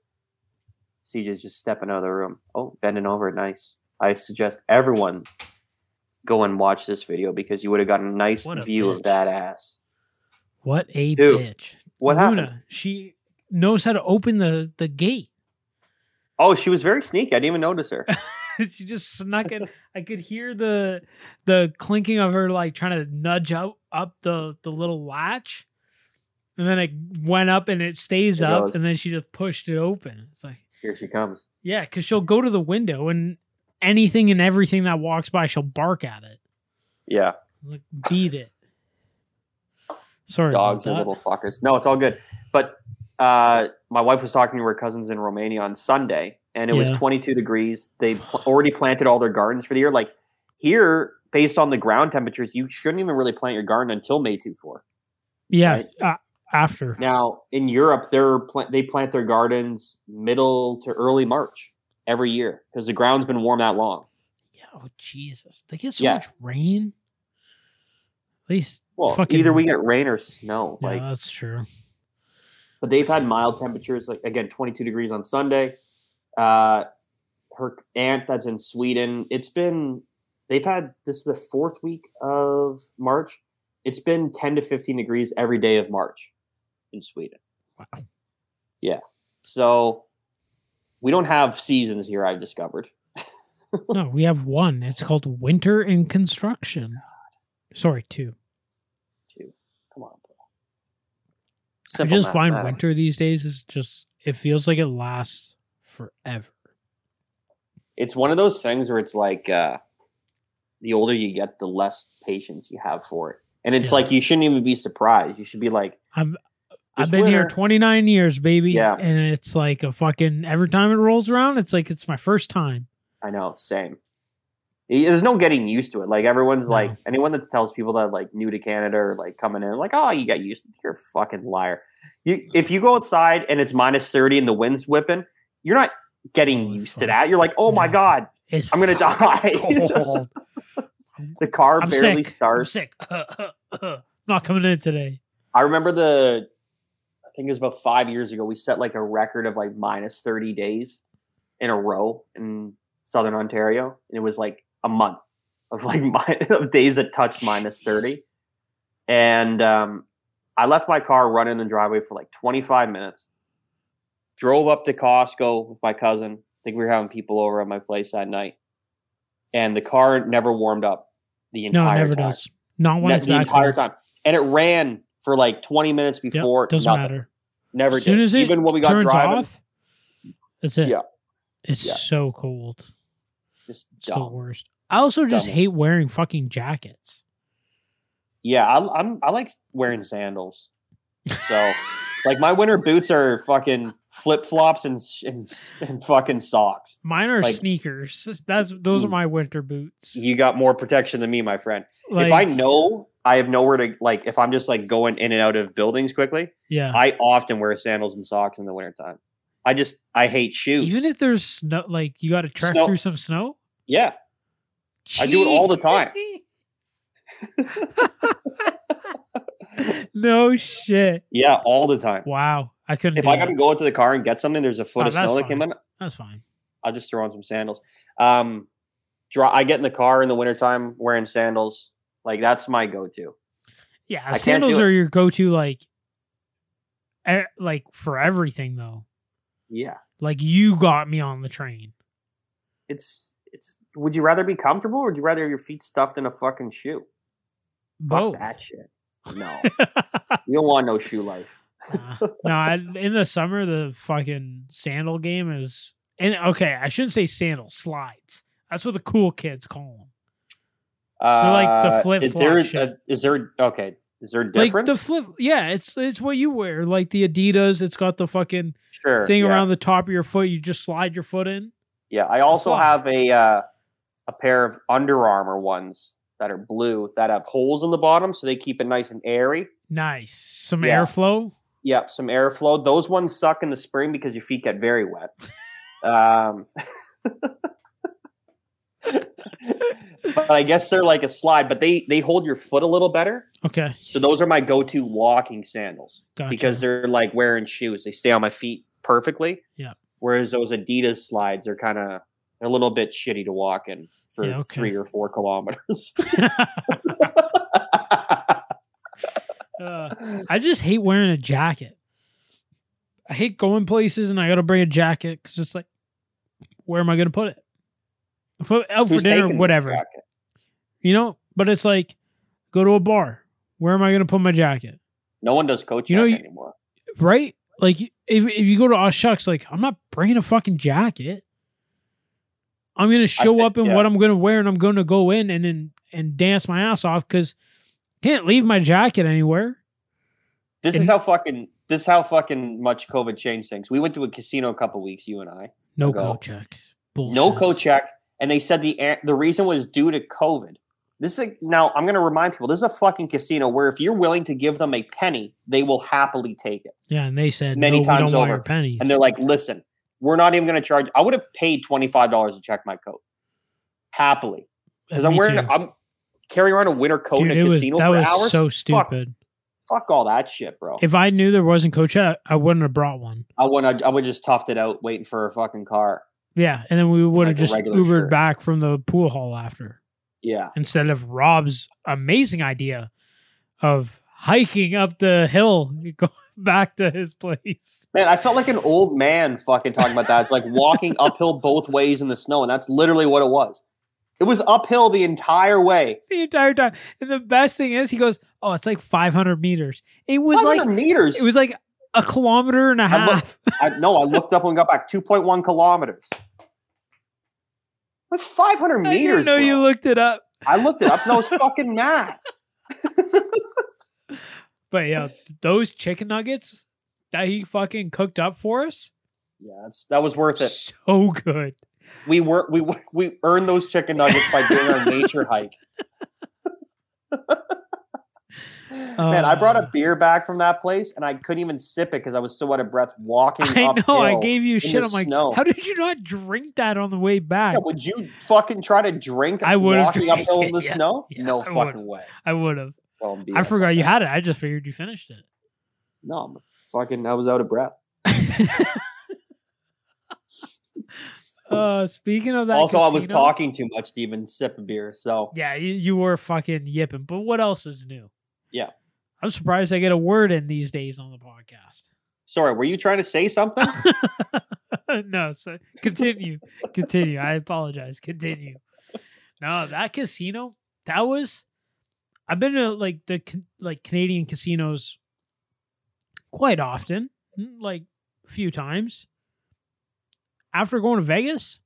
CJ's just stepping out of the room. Oh, bending over, nice. I suggest everyone go and watch this video because you would have gotten a nice What a view bitch. of that ass. What a Dude, bitch! What Luna, happened? she knows how to open the the gate. Oh, she was very sneaky. I didn't even notice her. she just snuck in. I could hear the the clinking of her like trying to nudge up up the the little latch, and then it went up and it stays It up, goes. and then she just pushed it open. It's like Here she comes. yeah, because she'll go to the window and anything and everything that walks by, she'll bark at it. Yeah. Like beat it. Sorry, dogs about are that. little fuckers. No, it's all good. But uh, my wife was talking to her cousins in Romania on Sunday, and it was Yeah. 22 degrees. They pl- already planted all their gardens for the year. Like here, based on the ground temperatures, you shouldn't even really plant your garden until May 24. Yeah, right? uh, after Now in Europe, they're pla- they plant their gardens middle to early March every year because the ground's been warm that long. yeah, oh Jesus, they get so Yeah. much rain. At least Well, Fucking- either we get rain or snow. yeah, like that's true. but they've had mild temperatures like again 22 degrees on sunday uh her aunt that's in sweden it's been they've had this is the fourth week of march it's been 10 to 15 degrees every day of march in sweden Wow. so we don't have seasons here i've discovered No, we have one. It's called Winter in Construction. Sorry, two. too come on bro. I Simple just find mathematics. winter these days is just it feels like it lasts forever. it's one of those things where it's like uh, the older you get, the less patience you have for it. And it's Yeah. like you shouldn't even be surprised. You should be like, I'm- I've "This been here winter- 29 years, baby, Yeah. and it's like a fucking every time it rolls around, it's like it's my first time. I know, same. Y- There's no getting used to it. Like everyone's No. like anyone that tells people that like new to Canada or like coming in, like, oh, you got used to it. You're a fucking liar. You if you go outside and it's minus thirty and the wind's whipping, you're not getting Oh, used fuck. to that. You're like, oh my No. god, It's I'm gonna die. fucking cold. the car I'm barely sick. I'm starts. sick. Uh, Not coming in today. I remember the I think it was about five years ago, we set like a record of like minus 30 days in a row in southern Ontario. And it was like a month of like my, of days that touched minus 30. And um, I left my car running in the driveway for like 25 minutes. Drove up to Costco with my cousin. I think we were having people over at my place that night. And the car never warmed up the entire No, it never time. does. Not when Ne- it's the that entire cold. time. And it ran for like 20 minutes Yep, before. doesn't nothing. matter. Never As soon did. as it Even when we got turns driving, off, that's it. Yeah. It's Yeah. so cold. just It's the dumb. worst. I also just Dumbest. hate wearing fucking jackets. Yeah, I, I'm. I like wearing sandals. So, like my winter boots are fucking flip flops and, sh- and s- and fucking socks. Mine are Like- sneakers. That's those are Mm. my winter boots. You got more protection than me, my friend. if I Like, know I have nowhere to like, if I'm just like going in and out of buildings quickly, yeah. I often wear sandals and socks in the wintertime. I just I hate shoes. Even if there's snow, like you got to trek Snow. through some snow. yeah, I do it all the time. Jeez. no shit. yeah, all the time. Wow. I couldn't. If do I that. gotta go into the car and get something, there's a foot Oh, of that's snow that came fine. in. that's fine. I'll just throw on some sandals. Um, dry, I get in the car in the wintertime wearing sandals. Like that's my go-to. Yeah, can't sandals do it. are your go-to like, e- like for everything though. Yeah, Like you got me on the train. it's it's would you rather be comfortable or would you rather have your feet stuffed in a fucking shoe? Both. Fuck that shit. No. you don't want no shoe life. Nah. no, I, in the summer, the fucking sandal game is. And okay, I shouldn't say sandal slides. That's what the cool kids call them. Uh, like the flip is flop there a- shit. is there okay? Is there a Like difference? the flip, yeah, it's it's what you wear. Like the Adidas, it's got the fucking sure thing yeah. around the top of your foot. You just slide your foot in. Yeah, I also why. have a uh, a pair of Under Armour ones that are blue that have holes in the bottom, so they keep it nice and airy. Nice, some Yeah. airflow. Yep, some airflow. Those ones suck in the spring because your feet get very wet. um, but I guess they're like a slide, but they they hold your foot a little better. Okay, So those are my go-to walking sandals gotcha. because they're like wearing shoes. They stay on my feet perfectly. Yeah. Whereas those Adidas slides are kind of a little bit shitty to walk in for Yeah, okay. three or four kilometers. Uh, I just hate wearing a jacket. I hate going places and I got to bring a jacket because it's like, where am I going to put it? If I'm out for Who's dinner, taking this whatever, jacket? you know. But it's like, go to a bar. Where am I going to put my jacket? No one does coach You know, jacket you- anymore. Right? Like, if if you go to Aw Shucks, like I'm not bringing a fucking jacket. I'm going to show thi- up in yeah. what I'm going to wear and I'm going to go in and and, and dance my ass off because can't leave my jacket anywhere. This is and- how fucking this is how fucking much COVID changed things. We went to a casino a couple weeks, you and I. No Go. coat check. Bullshit. No coat check, and they said the an- the reason was due to COVID. This is a, now I'm going to remind people this is a fucking casino where if you're willing to give them a penny, they will happily take it. Yeah, and they said Many no, times we don't want over. your pennies. And they're like, "Listen, we're not even going to charge. I would have paid twenty five dollars to check my coat happily because I'm Uh, Me wearing too. I'm carrying around a winter coat Dude, in a it was, casino that for was hours. so stupid. Fuck all that shit, bro. If I knew there wasn't coat check, I, I wouldn't have brought one. I would I would just toughed it out waiting for a fucking car. Yeah, and then we would Like have a just regular Ubered shirt. back from the pool hall after Yeah, instead of Rob's amazing idea of hiking up the hill going back to his place. man, I felt like an old man fucking talking about that. It's like walking uphill both ways in the snow, and that's literally what it was. It was uphill the entire way. The entire time. And the best thing is he goes, Oh, it's like five hundred meters. It was 500 like meters. it was like a kilometer and a I looked- half. I, no, I looked up when we got back. Two point one kilometers. That's five hundred I didn't meters. know you bro. looked it up. I looked it up. 'cause I was fucking mad. But yeah, those chicken nuggets that he fucking cooked up for us, Yeah, that's, that was worth it. so good. We were we were- we earned those chicken nuggets by doing our nature hike. Man, I brought a Uh. beer back from that place, and I couldn't even sip it because I was so out of breath walking. I know. I uphill. gave you the shit. I'm like, snow. how did you not drink that on the way back? Yeah, would you fucking try to drink? I would've walking drank uphill in it, the yeah. snow. Yeah, no I fucking would've. way. I would have. Well, I'm I BS. forgot you had it. I just figured you finished it. No, I'm fucking. I was out of breath. Uh, speaking of that, also, I was casino- talking too much to even sip a beer. So Yeah, you, you were fucking yipping. But what else is new? Yeah. I'm surprised I get a word in these days on the podcast. sorry. Were you trying to say something? no, so continue, continue. I apologize. Continue. No, that casino that was. I've been to like the Ca- like Canadian casinos quite often, mm, like a few times. After going to Vegas,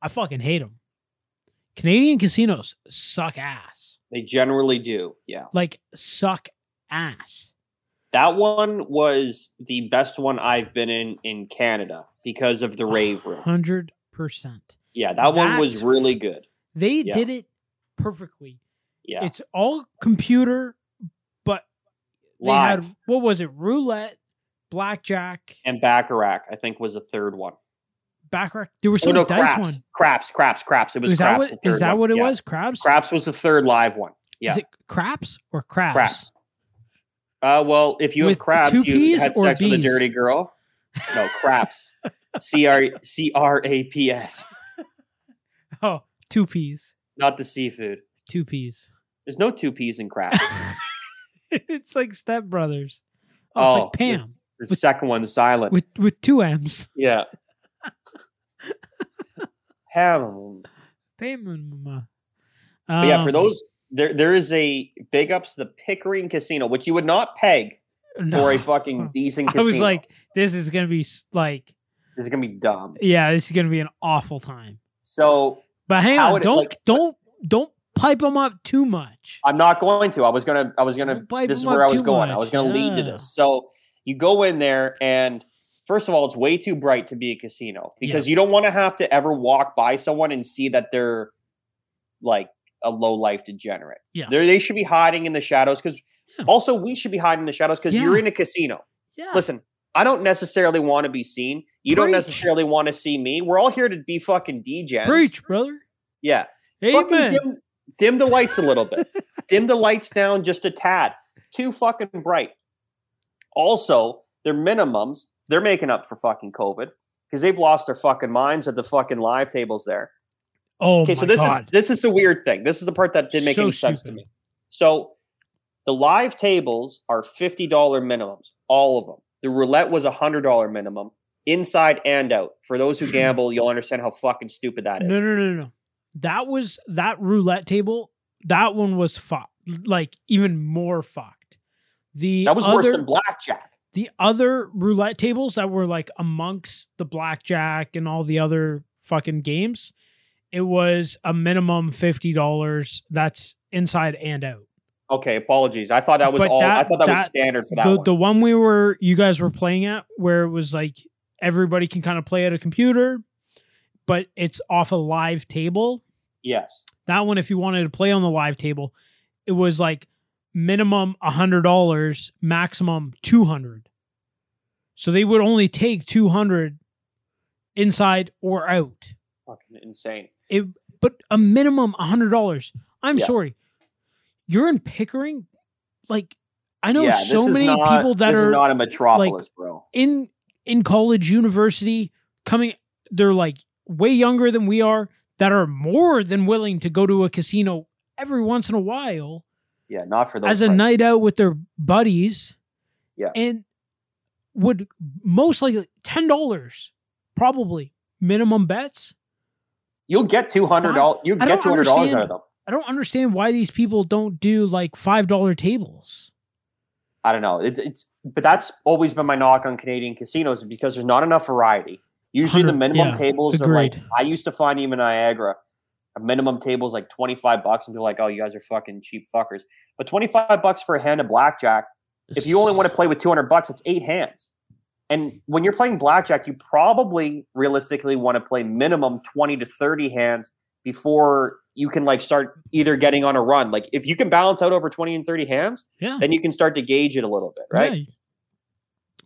I fucking hate them. Canadian casinos suck ass. they generally do. Yeah, Like suck ass. that one was the best one I've been in in Canada because of the rave room. Hundred percent. Yeah, that one was That's- really good. They Yeah. did it perfectly. Yeah, It's all computer, but they live had what was it? Roulette, blackjack, and Bacharach. I think was the third one. baccarat. There was Oh some no, dice craps, one. craps, craps, craps. It was is that craps. what the is third that one. what it Yeah. was? Crabs. Craps was the third live one. Yeah, Is it craps or crabs? craps. Uh, well, if you With have crabs, two you Ps had or sex with a Ds? dirty girl. No, craps. C R C R A P S. Oh, two peas. Not the seafood. Two peas. There's no two P's in craps. it's like Step Brothers. Oh, it's Oh, like Pam The second one's silent. with with two M's. yeah. Ham. Payment. But yeah, Um, for those there there is a big ups to the Pickering Casino, which you would not peg for a fucking decent I casino. was like, this is gonna be s- like, this is gonna be dumb. yeah, this is gonna be an awful time. So But hang How on, would it, don't like- don't don't pipe them up too much. I'm not going to. I was gonna. I was gonna. Don't pipe This is them where I up was too going. I much. was gonna lead to Yeah. this. So you go in there, and first of all, it's way too bright to be a casino because you don't want to have to ever walk by someone and see that they're like a low life degenerate. Yeah. They're, they should be hiding in the shadows because Yeah. also we should be hiding in the shadows because Yeah. you're in a casino. Yeah, Listen, I don't necessarily want to be seen. You don't Preach. necessarily want to see me. We're all here to be fucking DJs. preach, brother. Yeah. Fucking Amen. dim, dim the lights a little bit. dim the lights down just a tad. Too fucking bright. Also, their minimums, they're making up for fucking COVID because they've lost their fucking minds at the fucking live tables there. Oh Okay, my so this god. is this is the weird thing. This is the part that didn't make So any sense to stupid. me. So the live tables are $50 minimums, all of them. The roulette was a $100 minimum, inside and out. For those who gamble, you'll understand how fucking stupid that is. No, no, no, no. That was that roulette table. That one was fucked. Like even more fucked. The that was other, worse than blackjack. the other roulette tables that were like amongst the blackjack and all the other fucking games. It was a minimum fifty dollars. That's inside and out. Okay, apologies. I thought that was But all. I that- thought that, was that- standard for that the one. the one we were you guys were playing at where it was like everybody can kind of play at a computer, but it's off a live table. yes, That one, if you wanted to play on the live table, it was like minimum hundred dollars, maximum two hundred. So they would only take two hundred inside or out, fucking insane. but a minimum hundred dollars. I'm Yeah. sorry, you're in Pickering. Like I know yeah, so this is many not- people that this is are not a metropolis, bro. in in college, university, coming. They're like way younger than we are. That are more than willing to go to a casino every once in a while. Yeah, not for those. as a prices. night out with their buddies. Yeah. And would most likely ten dollars, probably minimum bets. you'll get two hundred dollars. You I get don't two hundred dollars out of understand. them. I don't understand why these people don't do like five dollar tables. I don't know. It's it's, but that's always been my knock on Canadian casinos because there's not enough variety. Usually, the 100 minimum yeah, tables are like agreed. I used to find even Niagara. A minimum table's like twenty five bucks, and they're like, "Oh, you guys are fucking cheap fuckers." But twenty five bucks for a hand of blackjack. if you only want to play with 200 bucks it's eight hands and when you're playing blackjack you probably realistically want to play minimum 20 to 30 hands before you can like start either getting on a run like if you can balance out over 20 and 30 hands yeah, then you can start to gauge it a little bit right yeah.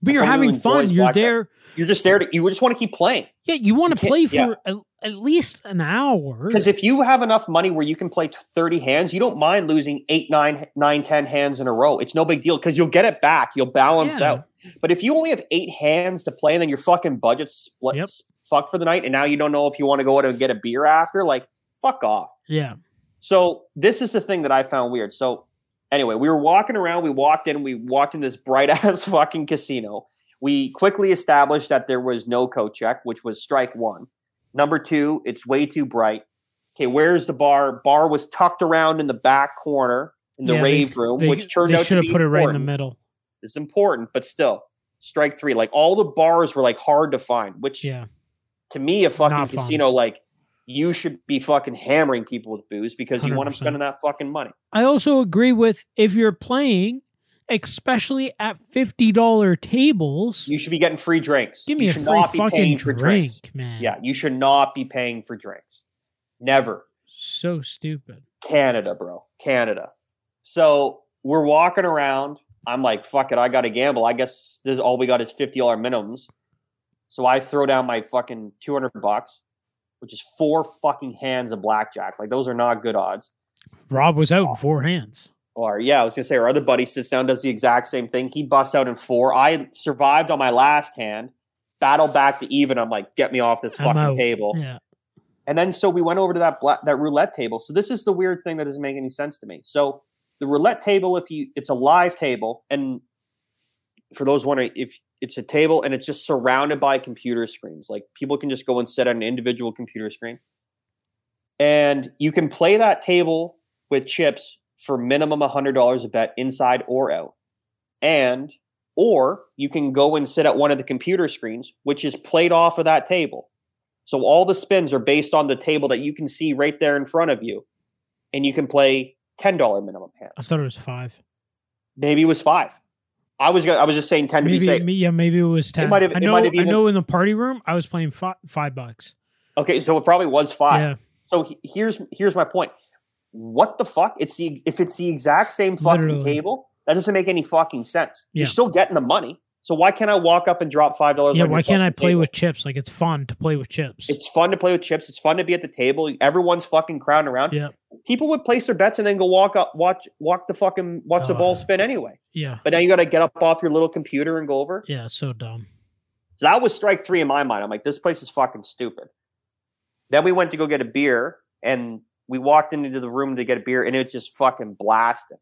But you're Someone who having fun. enjoys You're blackjack. there. you're just there to you just want to keep playing Yeah, you want to can't- play for yeah. at, at least an hour. because if you have enough money where you can play t- 30 hands you don't mind losing 8 9 9 10 hands in a row it's no big deal because you'll get it back you'll balance Yeah. out But if you only have eight hands to play and then your fucking budget's split Yep. fuck for the night, and now you don't know if you want to go out and get a beer after, like fuck off. yeah, So this is the thing that I found weird. So anyway, we were walking around, we walked in, we walked in this bright ass fucking casino. We quickly established that there was no coat check, which was strike one. Number two, it's way too bright. Okay, where's the bar? Bar was tucked around in the back corner in the Yeah, they- rave room, they, which turned they out to should have be put it right in the important middle. is important, but still, strike three. Like all the bars were like hard to find, which Yeah, to me, a fucking Not fun. casino, like you should be fucking hammering people with booze because you want them 100%. spending that fucking money. I also agree with if you're playing, especially at fifty dollar tables. You should be getting free drinks. Give me you a should free not be fucking paying for drink, drinks. man. Yeah, you should not be paying for drinks. Never. So stupid. Canada, bro. Canada. So we're walking around. I'm like, fuck it, I gotta gamble. I guess this all we got is fifty dollar minimums. So I throw down my fucking two hundred bucks, which is four fucking hands of blackjack. Like those are not good odds. Rob was out in four hands. Or yeah, I was gonna say our other buddy sits down, does the exact same thing. He busts out in four. I survived on my last hand, battle back to even. I'm like, get me off this I'm out. fucking table. Yeah. And then so we went over to that bla- that roulette table. So this is the weird thing that doesn't make any sense to me. So the roulette table, if you it's a live table, and for those wondering, if it's a table and it's just surrounded by computer screens, like people can just go and sit on an individual computer screen. And you can play that table with chips for minimum $100 a bet inside or out. And or you can go and sit at one of the computer screens which is played off of that table. So all the spins are based on the table that you can see right there in front of you and you can play $10 minimum I hands. thought it was five. Maybe it was 5. I was gonna, I was just saying 10 to be Maybe, safe. me, yeah, maybe it was ten. might have- I it know. might have I even- know. In the party room, I was playing five, five bucks. Okay, so it probably was 5. Yeah, So he- here's here's my point. What the fuck? It's the if it's the exact same fucking Literally. table, that doesn't make any fucking sense. Yeah. You're still getting the money. So why can't I walk up and drop five dollars? yeah. Why can't I play with chips? Like it's fun to play with chips. It's fun to play with chips. It's fun to be at the table. Everyone's fucking crowding around. yeah, People would place their bets and then go walk up, watch, walk the fucking watch the Uh. ball spin anyway. yeah, But now you got to get up off your little computer and go over. yeah. So dumb. So that was strike three in my mind. I'm like, this place is fucking stupid. Then we went to go get a beer and we walked into the room to get a beer and it's just fucking blasting.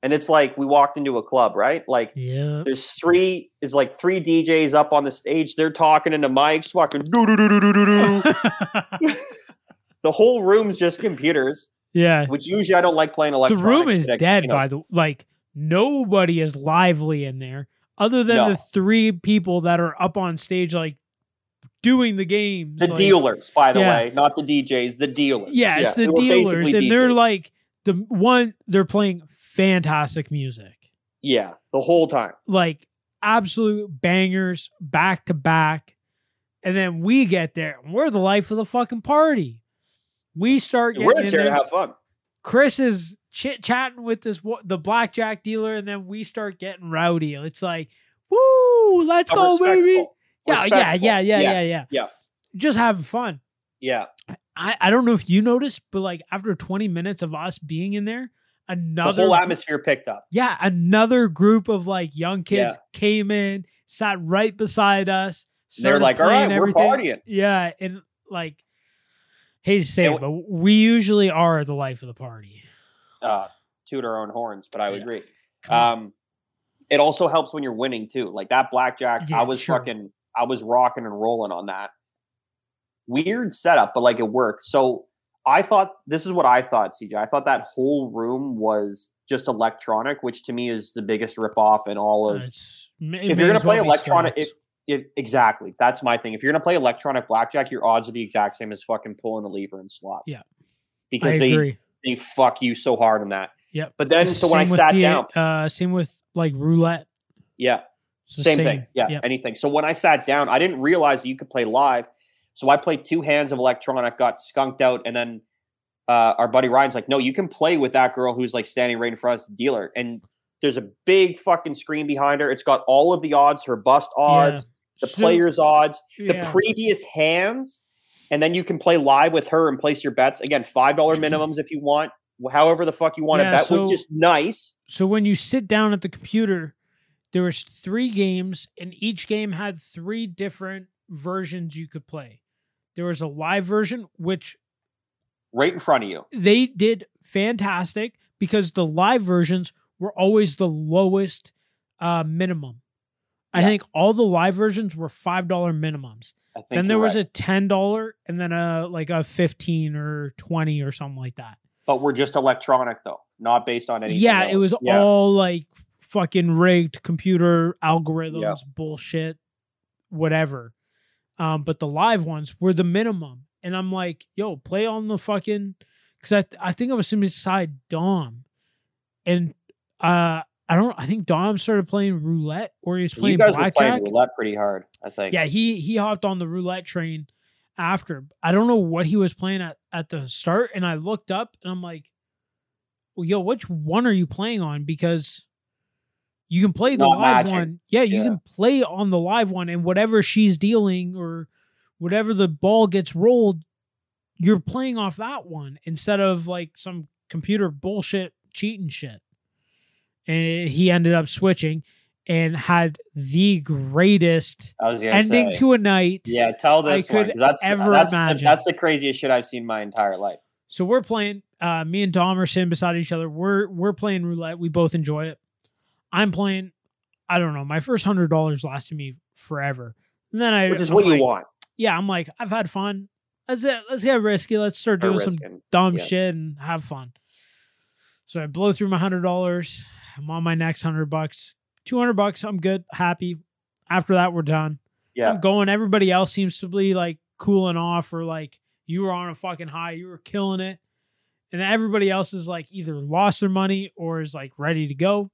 And it's like we walked into a club, right? Like Yeah, there's three is like three DJs up on the stage. They're talking into mics, fucking do do do do do do do. The whole room's just computers, yeah. which usually I don't like playing The electronics. room is shit at dead. casinos. By the like, nobody is lively in there other than No. the three people that are up on stage, like doing the games. the like- dealers, by the Yeah, way, not the DJs, the dealers. Yeah, it's they the were dealers, basically and they're DJs. like the one. They're playing fantastic music. yeah, the whole time. like absolute bangers back to back. And then we get there and we're the life of the fucking party. We start getting We're just in here to there. have fun. Chris is chit chatting with this wa- the blackjack dealer, and then we start getting rowdy. It's like, woo, let's But go, baby. respectful. Yeah, yeah, Respectful. yeah, yeah, Yeah, yeah, yeah. yeah. Just having fun. Yeah. I, I don't know if you noticed, but like after 20 minutes of us being in there, The another whole atmosphere picked up. yeah, another group of like young kids Yeah. came in, sat right beside us. And they're started like, "All playing right, we're partying." Yeah, and like, hate to say And it, but we usually are the life of the party. Uh, toot our own horns, but I would Yeah. agree. Come on. Um, it also helps when you're winning too. Like that blackjack, Yeah, I was sure. fucking, I was rocking and rolling on that. Weird setup, but like it worked. So I thought this is what I thought, CJ. I thought that whole room was just electronic, which to me is the biggest ripoff in all of It's- m- it if may you're gonna as well play be electronic, slots. it, it, exactly. That's my thing. If you're gonna play electronic blackjack, your odds are the exact same as fucking pulling a lever in slots. Yeah. I because they agree. they fuck you so hard on that. Yep. But then, so when I Same with sat the, down, uh, same with like roulette. yeah, It's the same, thing. Yeah, Yep. anything. So when I sat down, I didn't realize that you could play live. So I played two hands of electronic, got skunked out, and then uh, our buddy Ryan's like, "No, you can play with that girl who's like standing right in front of us, the dealer." And there's a big fucking screen behind her. It's got all of the odds, her bust odds, the So- players' odds, the yeah. previous hands, and then you can play live with her and place your bets. Again, five dollar minimums if you want, wh- however the fuck you want Yeah, to bet, which so- is nice. so when you sit down at the computer there was three games and each game had three different versions you could play there was a live version which Right in front of you. they did fantastic because the live versions were always the lowest uh, minimum i Yeah. think all the live versions were $5 minimums I think then there was a $10 and then a like a 15 or 20 or something like that but we're just electronic though, not based on anything. Yeah, it else. was Yeah. all like fucking rigged computer algorithms, bullshit, whatever. Um, but the live ones were the minimum, and I'm like, yo, play on the fucking, because I I think I was sitting beside Dom, and uh, I don't, I think Dom started playing roulette or he was you playing guys were blackjack. playing roulette pretty hard, I think. Yeah, he he hopped on the roulette train after. I don't know what he was playing at at the start, and I looked up and I'm like, well, "Yo, which one are you playing on?" Because you can play the Not live matching. one. Yeah, you Yeah. can play on the live one, and whatever she's dealing or whatever the ball gets rolled, you're playing off that one instead of like some computer bullshit cheating shit. And he ended up switching and had the greatest I was gonna ending say. to a night. Yeah, tell this one, could 'cause that's ever that's, the, imagine. that's the craziest shit I've seen my entire life. So we're playing. Uh, me and Dom are sitting beside each other. We're we're playing roulette. We both enjoy it. I'm playing. I don't know. My first hundred dollars lasted me forever. And then I Which is I'm what you like- want. Yeah, I'm like I've had fun. Let's get, let's get risky. Let's start Or doing some Riskin. dumb Yeah. shit and have fun. So I blow through my hundred dollars. I'm on my next hundred bucks. Two hundred bucks. I'm good. Happy. After that, we're done. Yeah. I'm going. Everybody else seems to be like cooling off or like you were on a fucking high. You were killing it. And everybody else is like either lost their money or is like ready to go.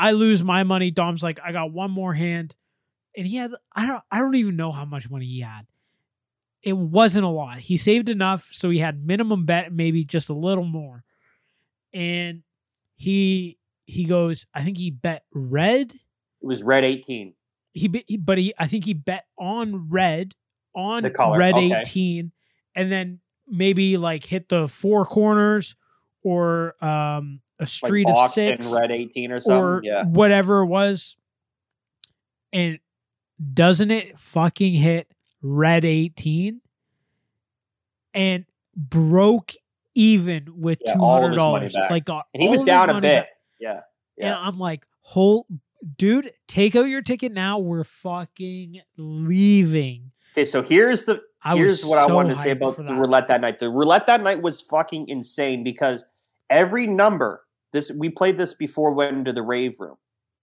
I lose my money. Dom's like, I got one more hand. And he had I don't I don't even know how much money he had. It wasn't a lot. He saved enough so he had minimum bet, maybe just a little more. And he he goes, I think he bet red It was red 18. he, be- he but he I think he bet on red on The color, red okay. 18 and then maybe like hit the four corners or um a Like street of boxed six in red 18 or something. or yeah. whatever it was and doesn't it fucking hit red 18 and broke even with Yeah, all of his money $200 back. like got And he all was of his down a money bit. back. Yeah. And Yeah. I'm like, whole dude, take out your ticket now. We're fucking leaving. Okay, so here's the I here's was what so I wanted to say hyped about for the that. roulette that night. The roulette that night was fucking insane because every number this we played this before we went into the rave room.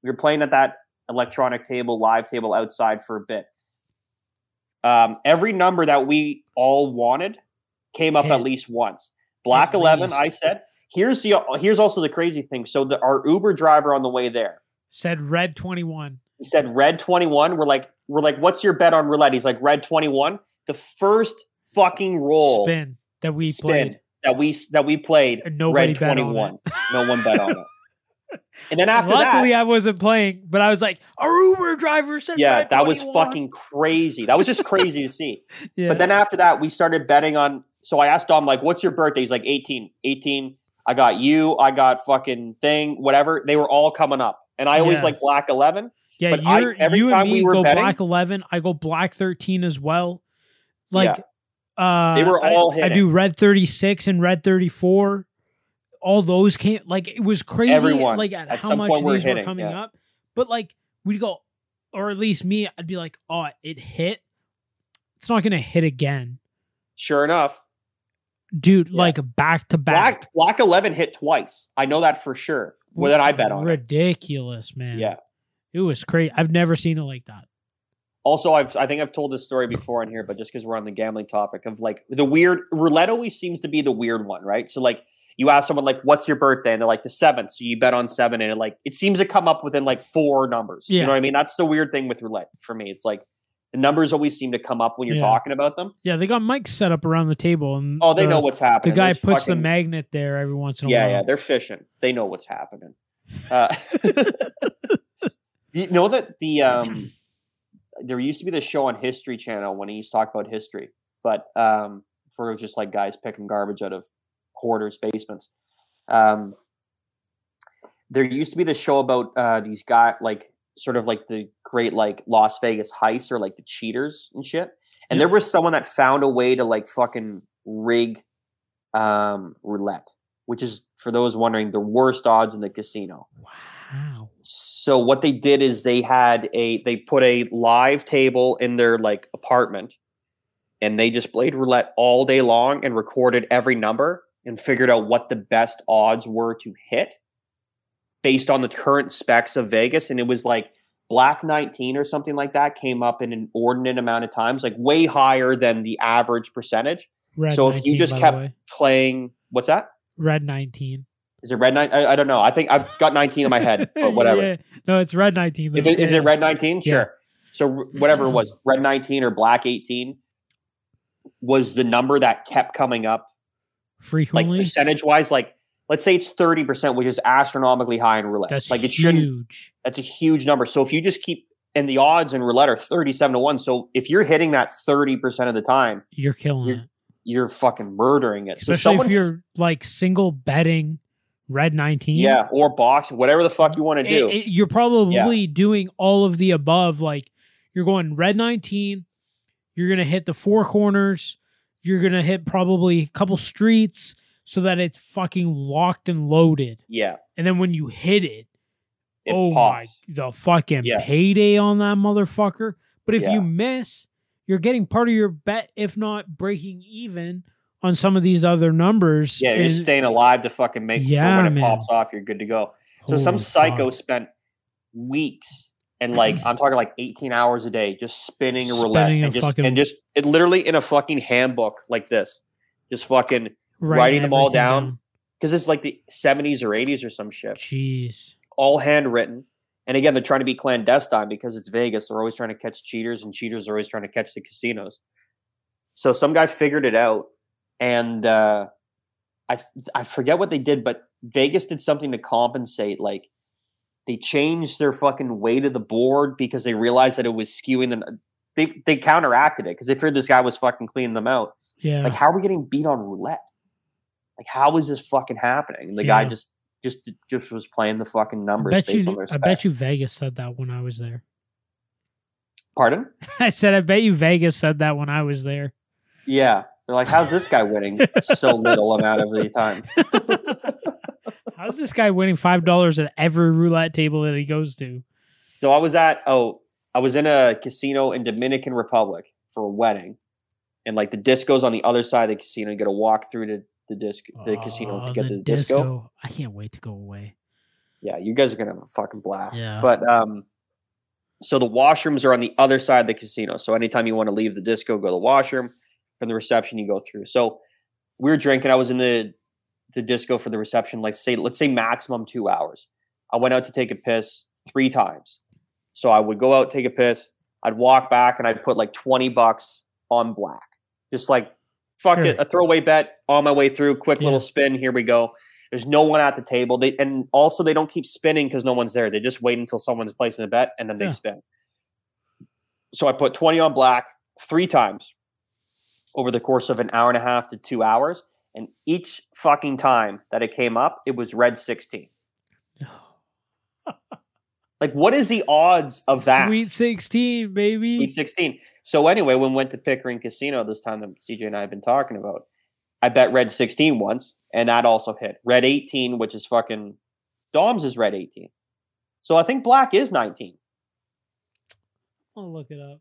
We were playing at that electronic table, live table outside for a bit. Um, every number that we all wanted came up Hit. at least once. Black At eleven, I least. said. Here's the here's also the crazy thing. So the, our Uber driver on the way there, Said red 21. he said red 21 we're like we're like what's your bet on roulette he's like red 21 the first fucking roll spin that we spin played. that we that we played And nobody red bet on it. 21 no one bet on it and then after Luckily, that I wasn't playing, but I was like, our Uber driver said yeah red that was 21." fucking crazy that was just crazy to see Yeah. but then after that we started betting on so i asked dom like what's your birthday he's like 18 18 i got you i got fucking thing whatever they were all coming up and i always Yeah. like black 11 yeah, but I- you're- every you time and we me were go betting- black 11. I go black 13 as well. Like, uh, they were I- all I hitting. do red 36 and red 34. All those came like it was crazy. Everyone. like at, At how some much point we're these were hitting, coming yeah. up. But like we'd go, or at least me, I'd be like, oh, it hit. It's not gonna hit again. sure enough Dude, Yeah. like back to back. Black Black Eleven hit twice. I know that for sure. Well, then I bet on it. Ridiculous, man. Yeah. It was crazy. I've never seen it like that. Also, I've I think I've told this story before on here, but just because we're on the gambling topic of like the weird roulette always seems to be the weird one, right? So like you ask someone like, "What's your birthday?" and they're like the seventh, so you bet on seven, and it like it seems to come up within like four numbers. You Yeah. know what I mean? That's the weird thing with roulette for me. It's like the numbers always seem to come up when you're Yeah. talking about them. Yeah, they got mics set up around the table and Oh, they the, know what's the happening. guy There's puts the fucking- magnet there every once in a Yeah, while. yeah, they're fishing. They know what's happening. Uh, you know that the um, there used to be this show on History Channel when he used to talk about history, but um, for just like guys picking garbage out of hoarders' basements. Um, there used to be this show about uh, these guy like sort of like the great like Las Vegas heists or like the cheaters and shit. And there was someone that found a way to like fucking rig um, roulette, which is for those wondering the worst odds in the casino. Wow. So what they did is they had a they put a live table in their like apartment, and they just played roulette all day long and recorded every number and figured out what the best odds were to hit based on the current specs of Vegas. And it was like black 19 or something like that came up in an ordinate amount of times, like way higher than the average percentage. Red So if you 19, just by the kept- way. Playing what's that? red 19. Is it red nine? I, I don't know. I think I've got 19 in my head, but whatever. Yeah. No, it's red 19. Is though. it, is Yeah. it red 19? Yeah. Sure. So r- whatever it was, red 19 or black 18 was the number that kept coming up, like frequently? percentage wise. Like, let's say it's 30%, which is astronomically high in roulette. That's like, it shouldn't, huge. that's a huge number. So if you just keep, and the odds in roulette are 37 to 1. So if you're hitting that 30% of the time, You're killing You're- it. you're fucking murdering it. so Especially someone, if you're like single betting red 19. yeah, or boxing, whatever the fuck you want to it- do. it- you're probably doing all of the above. Like you're going red 19, you're going to hit the four corners, you're going to hit probably a couple streets so that it's fucking locked and loaded. yeah. And then when you hit it, It oh pops. my, the fucking Yeah. payday on that motherfucker. But if Yeah. you miss, you're getting part of your bet, if not breaking even on some of these other numbers. Yeah, you're And- staying alive to fucking make Yeah, for when it man. pops off, you're good to go. So Holy some psycho fuck. spent weeks and like I'm talking like 18 hours a day just spinning a roulette Spinning a and, just, fucking- and just it literally in a fucking handbook like this. Just fucking writing them all everything down. because it's like the 70s or 80s or some shit. Jeez. all handwritten. And again, they're trying to be clandestine because it's Vegas. They're always trying to catch cheaters, and cheaters are always trying to catch the casinos. So some guy figured it out, and uh, I I forget what they did, but Vegas did something to compensate. Like they changed their fucking weight of the board because they realized that it was skewing them. They they counteracted it because they figured this guy was fucking cleaning them out. Yeah. Like, how are we getting beat on roulette? Like, how is this fucking happening? And the guy Yeah. just just just was playing the fucking I numbers bet based on you their I bet specs. you Vegas said that when I was there. Pardon? I said I bet you Vegas said that when I was there. Yeah. They're like, how's this guy winning so little amount of the time? How's this guy winning five dollars at every roulette table that he goes to? So I was at oh, I was in a casino in Dominican Republic for a wedding, and like the disco's on the other side of the casino. You got to walk through to the disc, the casino Oh, to get to the disco. I can't wait to go away. Yeah, you guys are gonna have a fucking blast. Yeah. But um, so the washrooms are on the other side of the casino. So anytime you want to leave the disco, go to the washroom. From the reception, you go through. So we were drinking. I was in the the disco for the reception. Like say, let's say maximum two hours. I went out to take a piss three times. So I would go out take a piss. I'd walk back and I'd put like twenty bucks on black, just like fuck Sure. it, a throwaway bet on my way through. Quick Yeah. little spin. Here we go. There's no one at the table. They and also they don't keep spinning because no one's there. They just wait until someone's placing a bet and then they Yeah. spin. So I put 20 on black three times over the course of an hour and a half to two hours. And each fucking time that it came up, it was red 16. Like, what is the odds of that? Sweet sixteen, baby. Sweet 16. So anyway, when we went to Pickering Casino this time that CJ and I have been talking about, I bet red 16 once, and that also hit. Red 18, which is fucking Dom's is red 18. So I think black is 19. I'll look it up.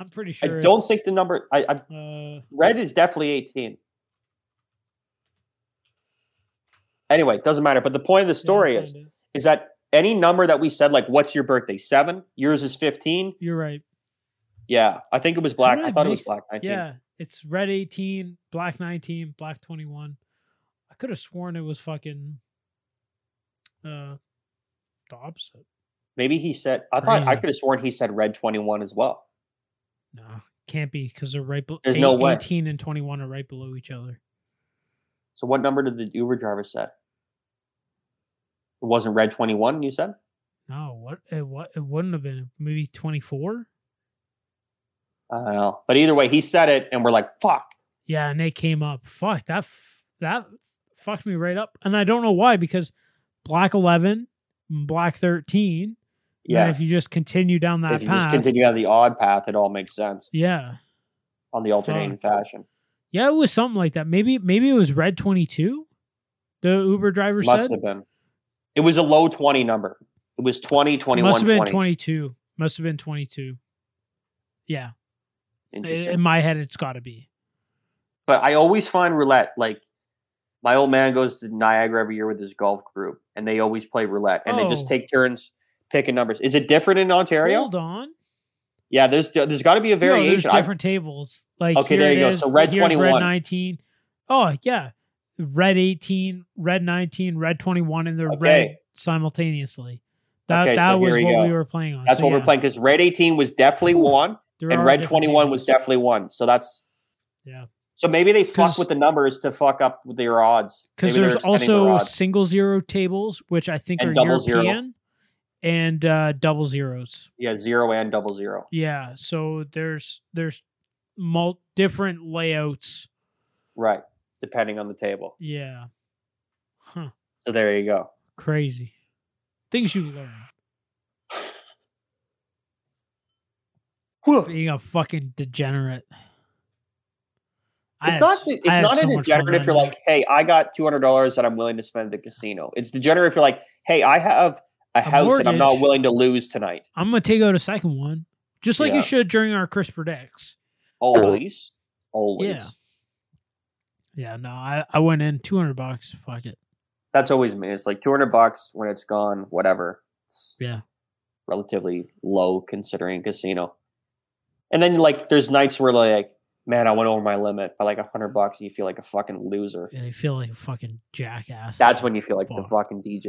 I'm pretty sure. I don't it's, think the number I, I Uh, red is definitely 18. Anyway, it doesn't matter. But the point of the story is is that any number that we said, like what's your birthday? Seven? Yours is 15? You're right. Yeah. I think it was black. did I I thought it was mix- black 19. Yeah, it's red 18, black 19, black 21. I could have sworn it was fucking uh the opposite. Maybe he said. I thought I Crazy. could have sworn he said red twenty one as well. No, can't be because they're right. Be- There's no way. 18 and 21 are right below each other. So what number did the Uber driver said? It wasn't red twenty one. You said No, what it what it wouldn't have been maybe 24. I don't know, but either way, he said it, and we're like, "Fuck." Yeah, and they came up. Fuck that. F- that fucked me right up, and I don't know why because black 11, and black 13. Yeah. Yeah, And if you just continue down that if you path, just continue down the odd path, it all makes sense yeah. on the alternating fashion. Yeah, it was something like that. Maybe maybe it was red twenty two. The Uber driver Must said have been. It was a low twenty number. It was 20, 21, must have been 20. twenty two. Must have been twenty two. Yeah, i- Interesting. in my head, it's got to be. but I always find roulette like my old man goes to Niagara every year with his golf group, and they always play roulette, and they Oh. just take turns picking numbers. Is it different in Ontario? Hold on, Yeah, there's there's got to be a no, there's variation. I- different tables. Like Okay, here there it you go. is, So red here's 21. red nineteen. Oh yeah, red eighteen, red nineteen, red twenty one, and they're red Okay. simultaneously. That Okay, so that here was you what go. we were playing on. that's So, what yeah, we're playing because red 18 was definitely one, there and are red different 21 was tables. definitely one. So that's Yeah. So maybe they Because- fuck with the numbers to fuck up with their odds. because Maybe they're there's extending their also odds. single zero tables, which I think And are double zero. European, and uh, double zeros. yeah zero and double zero. Yeah, so there's there's mul- different layouts. Right, depending on the table. Yeah, huh? So there you go. Crazy things you learn Whew. being a fucking degenerate. I It's had not s- it's I had not so an much fun degenerate if that you're night. like, hey, I got two hundred dollars that I'm willing to spend at the casino. It's degenerate if you're like, hey, I have a, house that I'm not mortgage. willing to lose tonight. I'm gonna take out a second one. just like Yeah. you should during our crisp predicts. Always. Always. Yeah. Yeah, no, I, I went in two hundred bucks. Fuck it. That's always me. It's like 200 bucks when it's gone, whatever. It's Yeah. relatively low considering casino. And then like there's nights where like, man, I went over my limit by like 100 bucks. You feel like a fucking loser. Yeah, you feel like a fucking jackass. That's when you feel like the Fuck. fucking DJ.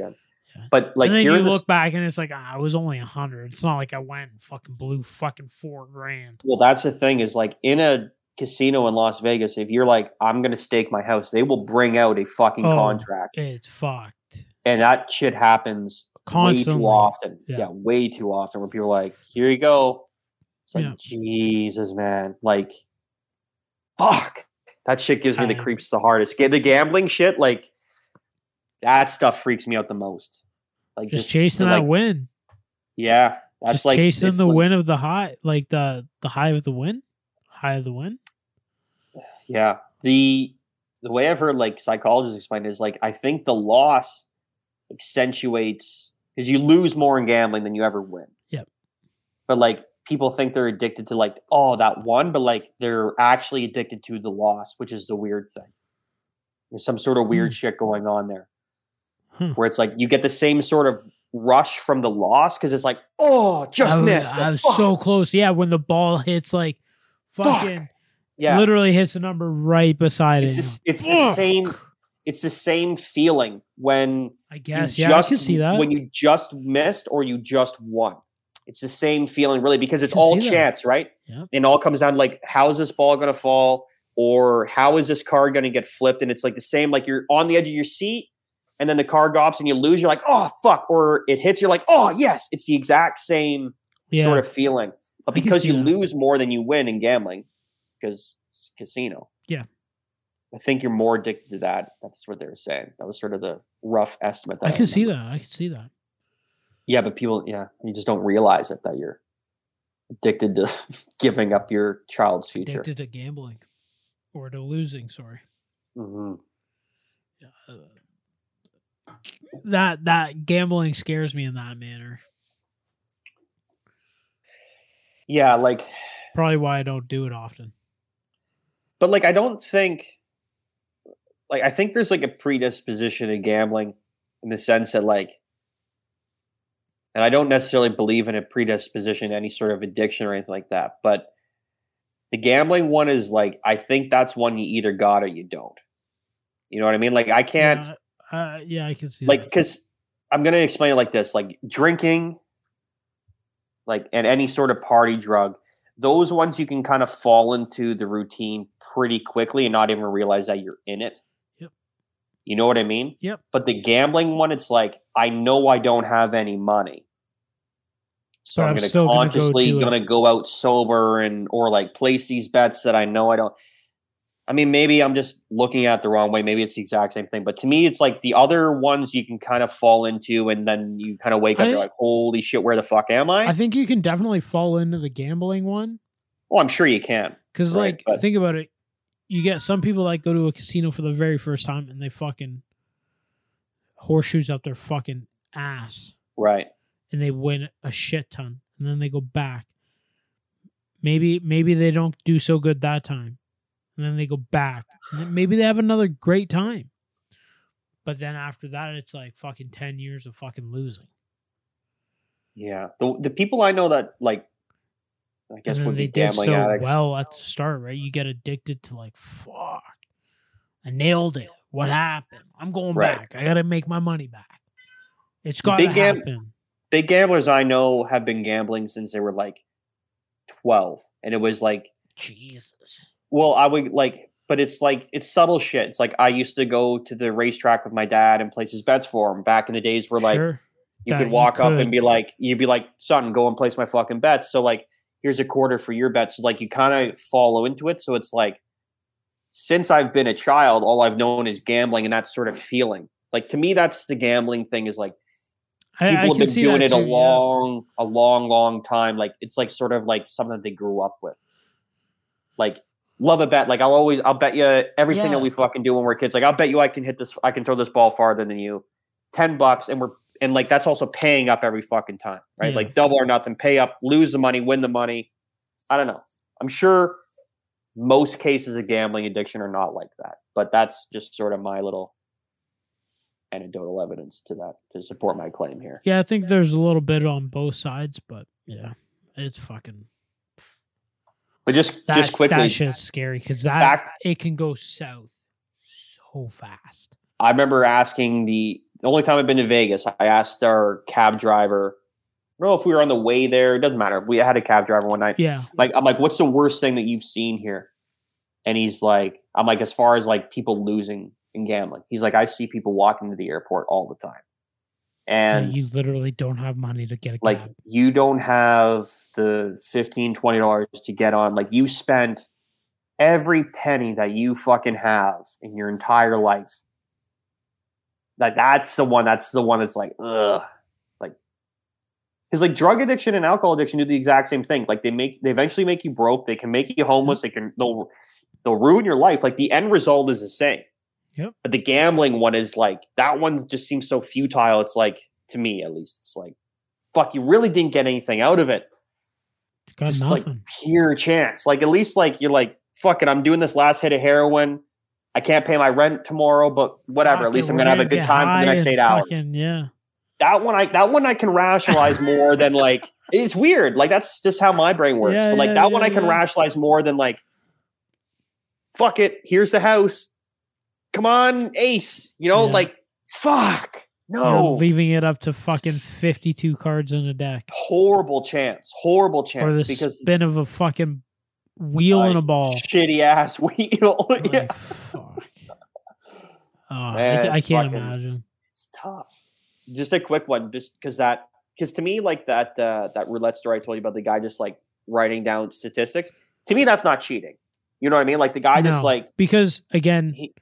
Yeah. But like and then here you in the look back and it's like ah, I was only a hundred. It's not like I went and fucking blew fucking four grand. Well, that's the thing is like in a casino in Las Vegas, if you're like, I'm going to stake my house, they will bring out a fucking Oh. contract. It's fucked And that shit happens constantly. way too often. Yeah. Yeah. way too often where people are like, here you go. It's like, Yeah. Jesus, man. Like, fuck. That shit gives me the I- creeps the hardest. Ga- The gambling shit, like, that stuff freaks me out the most. Like, Just chasing that like, win. Yeah. That's just like chasing it's the like- win of the high, like the the high of the win, high of the win. Yeah. The the way I've heard like psychologists explain it is like I think the loss accentuates because you lose more in gambling than you ever win. Yep. But like people think they're addicted to like, oh, that one, but like they're actually addicted to the loss, which is the weird thing. There's some sort of weird shit going on there. Hmm. Where it's like you get the same sort of rush from the loss because it's like, oh, just I was, missed. it. I was Fuck." so close. Yeah, when the ball hits, like Fuck. fucking, yeah. literally hits the number right beside It's it. just, it's the Ugh. same. It's the same feeling when I you guess. Yeah, I can see that. when you just missed or you just won. It's the same feeling, really, because it's can all see that. chance, right? Yep. And all comes down to like, how is this ball going to fall, or how is this card going to get flipped? And it's like the same, like you're on the edge of your seat, and then the card gops and you lose. You're like, oh fuck, or it hits. You're like, oh yes, it's the exact same yeah, sort of feeling. But I can because see you that. lose more than you win in gambling, because it's casino. Yeah. I think you're more addicted to that. That's what they were saying. That was sort of the rough estimate. That I can see remember. that. I can see that. Yeah, but people, yeah, you just don't realize it that you're addicted to giving up your child's future. Addicted to gambling or to losing. Sorry. Mhm. Yeah, uh, That that gambling scares me in that manner. Yeah, like, Probably why I don't do it often. but like, I don't think, like, I think there's like a predisposition in gambling in the sense that, like, and I don't necessarily believe in a predisposition to any sort of addiction or anything like that, but the gambling one is like, I think that's one you either got or you don't. You know what I mean? Like, I can't. Yeah, uh, yeah, I can see like that. because i'm going to explain it like this like drinking like and any sort of party drug those ones you can kind of fall into the routine pretty quickly and not even realize that you're in it Yep. you know what i mean Yep. but the gambling one it's like i know i don't have any money so But i'm, I'm going to still gonna go consciously do it. going to go out sober and or like place these bets that i know i don't I mean, maybe I'm just looking at it the wrong way. Maybe it's the exact same thing. But to me, it's like the other ones you can kind of fall into, and then you kind of wake up. I- you're like, "Holy shit, where the fuck am I?" I think you can definitely fall into the gambling one well, I'm sure you can. because, Right, like, but- think about it. You get some people that go to a casino for the very first time and they fucking horseshoes up their fucking ass. Right? and they win a shit ton and then they go back maybe maybe they don't do so good that time and then they go back and then maybe they have another great time but then after that it's like fucking 10 years of fucking losing Yeah. The the people I know that like, I guess and then would they be did gambling so addicts. well at the start right you get addicted to like fuck i nailed it what happened i'm going Right. back i gotta make my money back it's The got to big gam- happen Big gamblers I know have been gambling since they were like twelve, and it was like jesus Well, I would like, but it's like it's subtle shit. It's like I used to go to the racetrack with my dad and place his bets for him back in the days where like sure you that could you walk up could. and be like, you'd be like, son, go and place my fucking bets. So like, here's a quarter for your bets. So like, you kind of follow into it. So it's like, since I've been a child, all I've known is gambling and that sort of feeling. Like to me, that's the gambling thing. Is like I- I people can have been see doing that it a too, yeah. long, a long, long time. Like it's like sort of like something that they grew up with. Like love a bet. Like I'll always, I'll bet you everything Yeah. that we fucking do when we're kids. Like I'll bet you I can hit this, I can throw this ball farther than you. Ten bucks, and we're and like that's also paying up every fucking time, right? Yeah. Like double or nothing, pay up, lose the money, win the money. I don't know. I'm sure most cases of gambling addiction are not like that, but that's just sort of my little anecdotal evidence to that to support my claim here. Yeah, I think there's a little bit on both sides, but yeah, it's fucking But just that, just quickly, that shit's scary because that back it can go south so fast. I remember asking the the only time I've been to Vegas, I asked our cab driver. I don't know if we were on the way there. It doesn't matter. We had a cab driver one night. Yeah, Like I'm like, what's the worst thing that you've seen here? And he's like, I'm like, as far as like people losing and gambling, he's like, I see people walking to the airport all the time, and and you literally don't have money to get a like cab. you don't have the 15 20 dollars to get on like you spent every penny that you fucking have in your entire life like that's the one that's the one that's like ugh like because like drug addiction and alcohol addiction do the exact same thing like they make they eventually make you broke they can make you homeless they can they'll they'll ruin your life like the end result is the same Yep. but the gambling one is like that one just seems so futile it's like to me at least it's like fuck, you really didn't get anything out of it. Got Just like nothing. pure chance. Like at least like you're like, fuck it, I'm doing this last hit of heroin. I can't pay my rent tomorrow, but whatever. Fuck at least it, I'm we're gonna have a good get time for high the next and eight hours. fucking- Yeah, That one I that one I can rationalize more than like it's weird. Like that's just how my brain works. Yeah, but like yeah, that one yeah, I can yeah. rationalize more than like fuck it, here's the house. Come on, ace. You know, Yeah. like fuck. You're No. leaving it up to fucking fifty-two cards in a deck, Horrible chance. Horrible or the chance. Because spin of a fucking wheel and a Like, ball. Shitty ass wheel. Like, yeah. fuck. Oh, I Man, ca- I, it's can't fucking- imagine. It's tough. Just a quick one, just because that because to me, like that uh that roulette story I told you about the guy just like writing down statistics. To me, that's not cheating. You know what I mean? Like the guy No. just like Because again, He-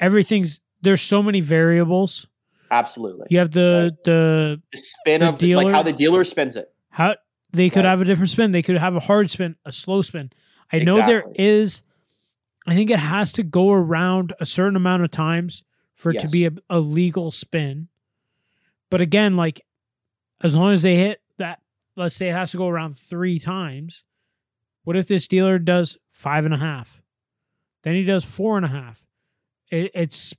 everything's there's so many variables. absolutely You have the the the spin the of the- like how dealer- the dealer spins it. How they could Right. have a different spin. They could have a hard spin, a slow spin. I know there Exactly. is. I think it has to go around a certain amount of times for it to be a, a legal spin. But again, like as long as they hit that, let's say it has to go around three times. What if this dealer does five and a half? Then he does four and a half. It, it's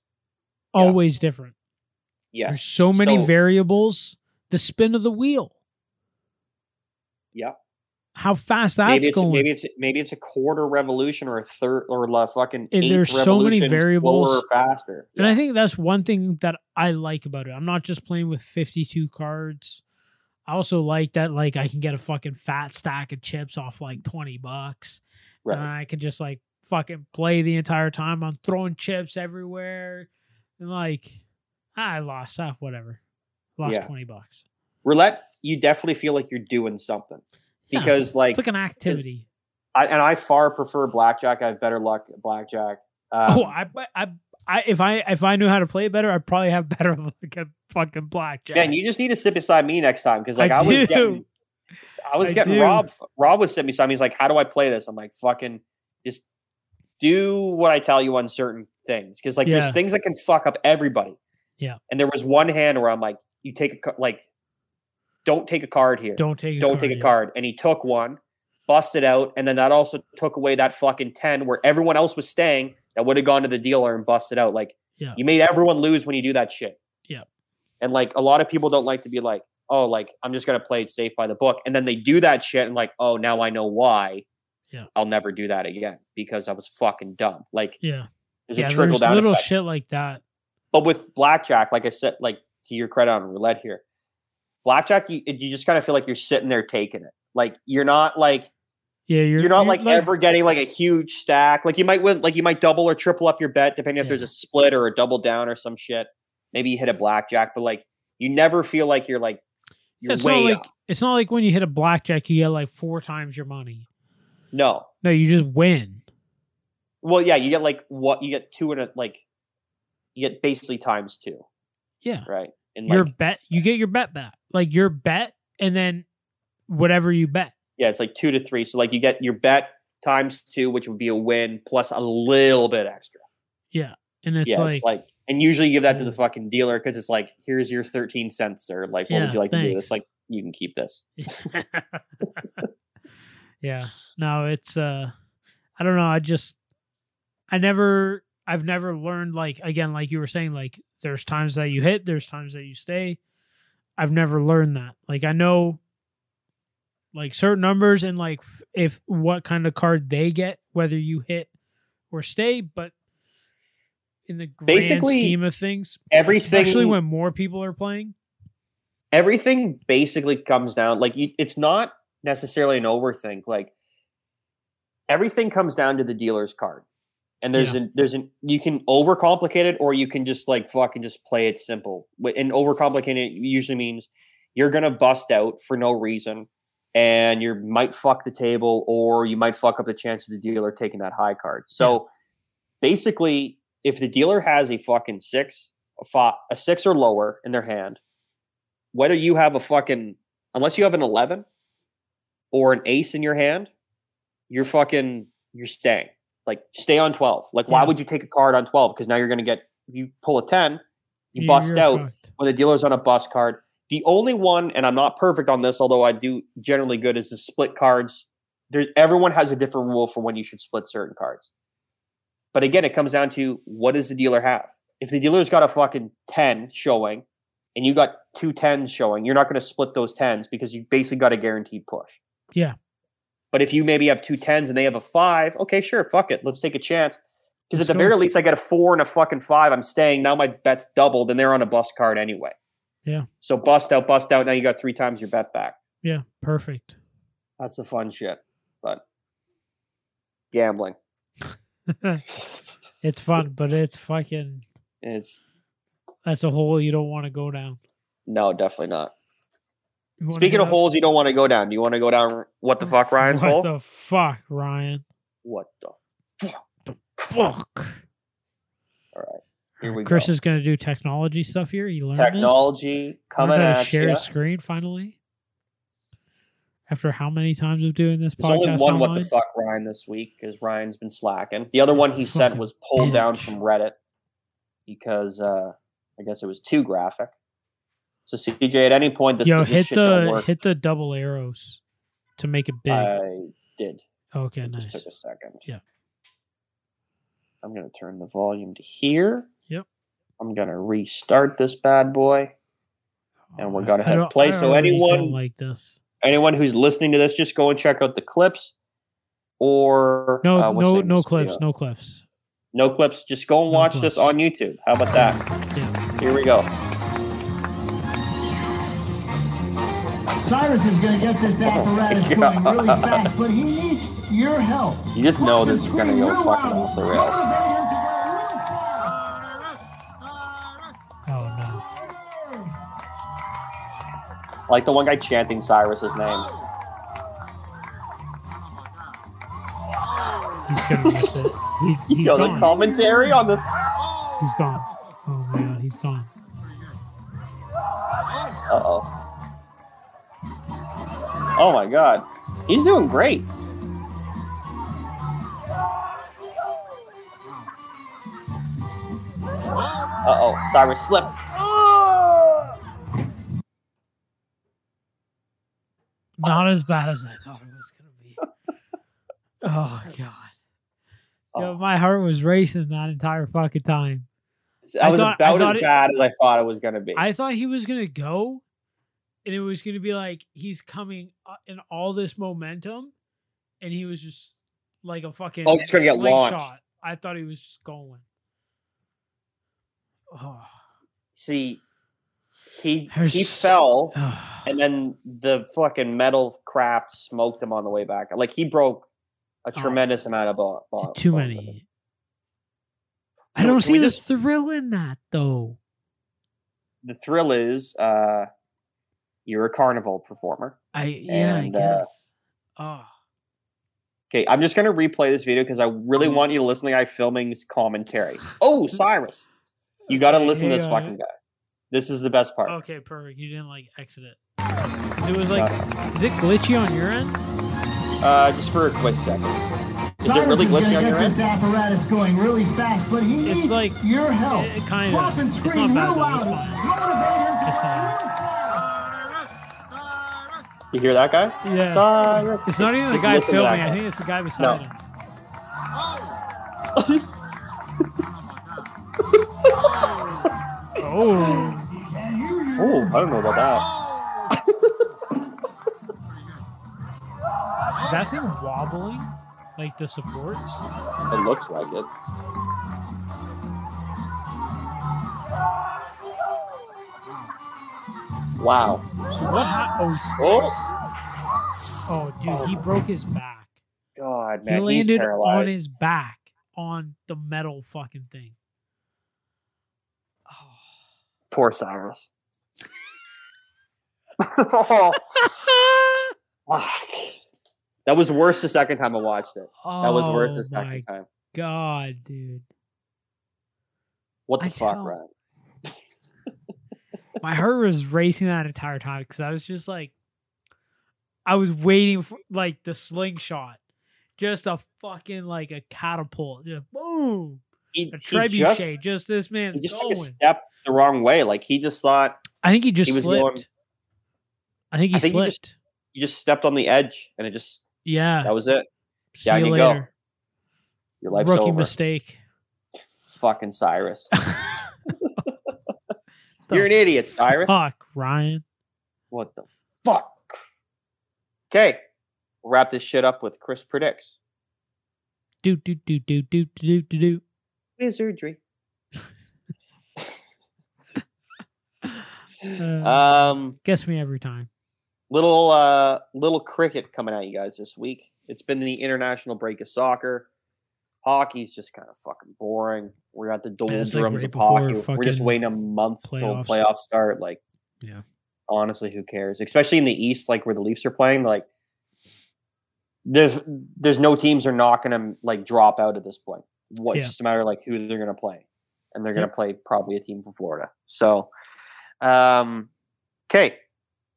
always different. There's Yes. so many So- variables. The spin of the wheel. Yep. How fast that's maybe it's going. maybe it's maybe it's a quarter revolution or a third or la fucking And eighth there's so many revolution, slower variables. or faster. and Yeah. I think that's one thing that I like about it. I'm not just playing with 52 cards. I also like that like I can get a fucking fat stack of chips off like 20 bucks. right. And I can just like fucking play the entire time. I'm throwing chips everywhere. And like I lost ah, whatever. Lost Yeah. 20 bucks. roulette, you definitely feel like you're doing something. Yeah, Because like it's like an activity. I, and I far prefer blackjack. I have better luck at blackjack. Um, Oh, I, I, I, if I, if I knew how to play it better, I'd probably have better like a fucking blackjack. man, you just need to sit beside me next time because like I I, was do. getting, I was I getting do. Rob. Rob was sitting beside me. He's like, "How do I play this?" I'm like, "Fucking just do what I tell you on certain things because like Yeah. there's things that can fuck up everybody." Yeah. And there was one hand where I'm like, "You take a ca- like, don't take a card here. don't take, a don't card, take a yeah. card. And he took one, busted out, and then that also took away that fucking 10 where everyone else was staying that would have gone to the dealer and busted out. Like Yeah. you made everyone lose when you do that shit. Yeah. And like a lot of people don't like to be like, oh, like I'm just gonna play it safe by the book. And then they do that shit and like, oh, now I know why. Yeah. I'll never do that again because I was fucking dumb. Like Yeah, there's yeah. a trickle There's down little effect shit like that. but with blackjack, like I said, like to your credit on roulette here, blackjack, you, you just kind of feel like you're sitting there taking it. Like you're not like Yeah, you're, you're, not like, ever getting like a huge stack. Like you might win, like you might double or triple up your bet depending if there's Yeah. a split or a double down or some shit. Maybe you hit a blackjack, but like you never feel like you're like you're It's way not like up. it's not like when you hit a blackjack, you get like four times your money. No, No, you just win. well, yeah, you get like what you get two and a like you get basically times two, Yeah, right? And your like bet, you get your bet back, like your bet, and then whatever you bet. yeah, it's like two to three. So like you get your bet times two, which would be a win plus a little bit extra. And it's yeah, like, it's like And usually you give that to the fucking dealer because it's like, here's your 13 cents, sir. Like, what Yeah, would you like to do? thanks. It's like, you can keep this. yeah. No, it's uh I don't know, I just I never I've never learned like again like you were saying like there's times that you hit, there's times that you stay. I've never learned that. Like I know like certain numbers and like f- if what kind of card they get whether you hit or stay, but in the grand Basically, scheme of things, Everything, especially when more people are playing, everything basically comes down. Like, you, it's not necessarily an overthink. Like, everything comes down to the dealer's card. And there's Yeah. an there's an you can overcomplicate it or you can just like fucking just play it simple. Wh- And overcomplicating it usually means you're gonna bust out for no reason, and you might fuck the table or you might fuck up the chance of the dealer taking that high card. So basically, if the dealer has a fucking six, a five, a six or lower in their hand, whether you have a fucking unless you have an eleven or an ace in your hand, you're fucking you're staying. Like stay on twelve. Like why Yeah. would you take a card on twelve? Because now you're gonna get if you pull a ten, you you're bust out fucked. when the dealer's on a bus card. The only one, and I'm not perfect on this, although I do generally good, is the split cards. There's everyone has a different rule for when you should split certain cards. But again, it comes down to what does the dealer have? If the dealer's got a fucking 10 showing and you got two 10s showing, you're not going to split those 10s because you basically got a guaranteed push. Yeah. But if you maybe have two 10s and they have a five, okay, sure, fuck it. Let's take a chance. Because at Let's the go. very least, I get a four and a fucking five. I'm staying. Now my bet's doubled and they're on a bus card anyway. So bust out, bust out. Now you got three times your bet back. Yeah, perfect. That's the fun shit. But gambling It's fun, but it's fucking. is That's a hole you don't want to go down. no, definitely not. You wanna Speaking go of down- holes, you don't want to go down. Do you want to go down? What the fuck, Ryan's what hole? the fuck, Ryan? what the? Fuck. right, here Alright, we Chris go. is gonna do technology stuff here. You learned Technology this. Learned coming how to at share you. a screen finally. After how many times of doing this There's podcast only one online? what the fuck Ryan this week because Ryan's been slacking. The other one he sent Fucking was pulled down bitch. from Reddit because uh I guess it was too graphic. So CJ, at any point this, Yo, this hit shit don't the work. hit the double arrows to make it big. I did. okay, It nice. just took a second. Yeah. I'm gonna turn the volume to here. Yep. I'm gonna restart this bad boy. and we're Alright. gonna I hit don't- play, I so already don't anyone- like this. Anyone who's listening to this, just go and check out the clips. Or No, uh, what's the name of no, no this video? clips, no clips. No clips. Just go and No watch this clips. on YouTube. How about that? Yeah. Here we go. Cyrus is going to get this apparatus Oh my going really God. fast, but he needs your help. You just know this is Fucking gonna go scream real fucking loud. off the rails. Oh no. Like the one guy chanting Cyrus's name. He's gonna miss it. He's, he's Yo, the gone. commentary on this. He's gone. Oh my god, he's gone. Uh oh. Oh my god. He's doing great. Uh oh. Cyrus slipped. Not as bad as I thought it was gonna be. Oh god. Yo, Oh. my heart was racing that entire fucking time. That I was thought- I about thought as it- bad as I thought it was going to be. I thought he was gonna go, and it was gonna be like he's coming uh, in all this momentum, and he was just like a fucking Oh, he's gonna get launched. slingshot. I thought he was just going. Oh. See, he There's- Oh. he fell, and then the fucking metal craft smoked him on the way back. Like he broke a Oh. tremendous amount of bo- bo- Too bones on this. many. I Can we- don't can we see the just- thrill in that though. The thrill is, uh, you're a carnival performer. I yeah, And, I uh, guess. oh, Okay, I'm just gonna replay this video because I really want you to listen to the guy filming's commentary. Oh, Cyrus, you gotta Okay, listen to this hang on. fucking guy. This is the best part. okay, perfect. You didn't like exit it. It was like, is it glitchy on your end? uh, just for a quick second. Is Cyrus it really is gonna glitchy on get your this end? apparatus going really fast, but he It's needs like- your help. it- it kinda- Clap and it's not scream bad, real though, it's loud. fine. It's fine. Cyrus! You hear that guy? Yeah. Cyrus. It's not even the Just guy listen to that filming. I guy. think it's the guy beside No. him. Oh, Oh, I don't know about that. is that thing wobbling? Like the supports? It looks like it. Wow. So what happened? Oh, Oh. snaps. oh, dude, he broke his back. God, He man, he's landed on paralyzed. his back on the metal fucking thing. Poor Cyrus. oh, fuck. That was worse the second time I watched it. Oh, That was worse the my second time. god, dude. What the I fuck, don't- Ryan? My heart was racing that entire time because I was just like, I was waiting for like the slingshot, just a fucking like a catapult, just boom, He, a he just, trebuchet, just, this man he just took going. a step the wrong way. Like he just thought I think he just was slipped. going- I think he I think he slipped. just- he just stepped on the edge, and it just yeah. that was it. See down you you go. later. Your life's Rookie over. mistake. Fucking Cyrus. The You're an idiot, Cyrus. Fuck, Ryan. What the fuck? Okay, we'll wrap this shit up with Chris predicts Do do do do do do do do. wizardry. Uh, Um, guess me every time. little uh, little cricket coming at you guys this week. It's been the international break of soccer. Hockey's just kind of fucking boring. We're at the doldrums it's like right of before hockey. We're just fucking waiting a month till playoffs. playoffs start. Like, Yeah. honestly, who cares? Especially in the East, like where the Leafs are playing. Like, there's there's no teams are not going to like drop out at this point. What Yeah. it's just a matter of like who they're going to play, and they're going Yep. to play probably a team from Florida. So, um, okay,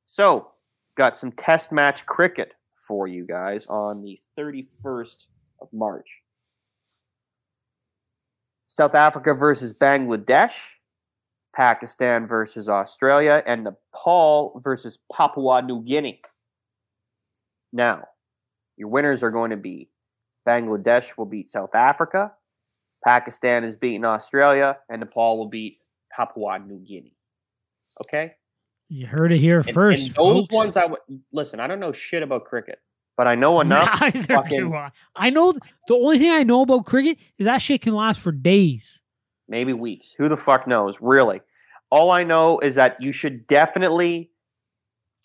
so got some test match cricket for you guys on the 31st of March. South Africa versus Bangladesh, Pakistan versus Australia, and Nepal versus Papua New Guinea. Now, your winners are going to be Bangladesh will beat South Africa, Pakistan is beating Australia, and Nepal will beat Papua New Guinea. Okay? You heard it here And- first. and those folks. ones I would listen. I don't know shit about cricket, but I know enough. Neither fucking- do I. I know th- the only thing I know about cricket is that shit can last for days. maybe weeks. Who the fuck knows? Really? All I know is that you should definitely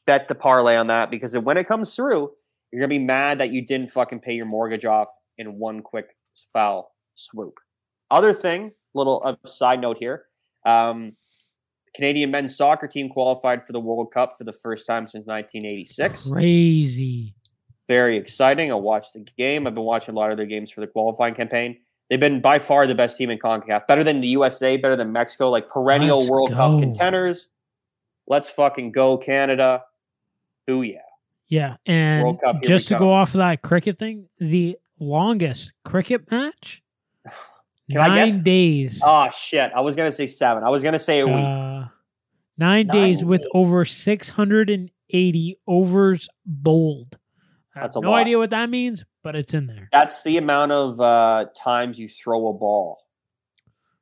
bet the parlay on that because when it comes through, you're gonna be mad that you didn't fucking pay your mortgage off in one quick foul swoop. Other thing, little uh, side note here: um, Canadian men's soccer team qualified for the World Cup for the first time since 1986. Crazy. very exciting. I watched the game. I've been watching a lot of their games for the qualifying campaign. They've been by far the best team in CONCACAF, better than the USA, better than Mexico, like perennial Let's World go. Cup contenders. Let's fucking go, Canada. Booyah. Yeah. And Cup, here we just to come. go off of that cricket thing, the longest cricket match? Can I nine guess? days. Oh, shit. I was going to say seven. I was going to say a week. Uh, nine days Nine with days. over 680 overs bowled. I have That's a no lot. idea what that means, but it's in there. That's the amount of uh, times you throw a ball.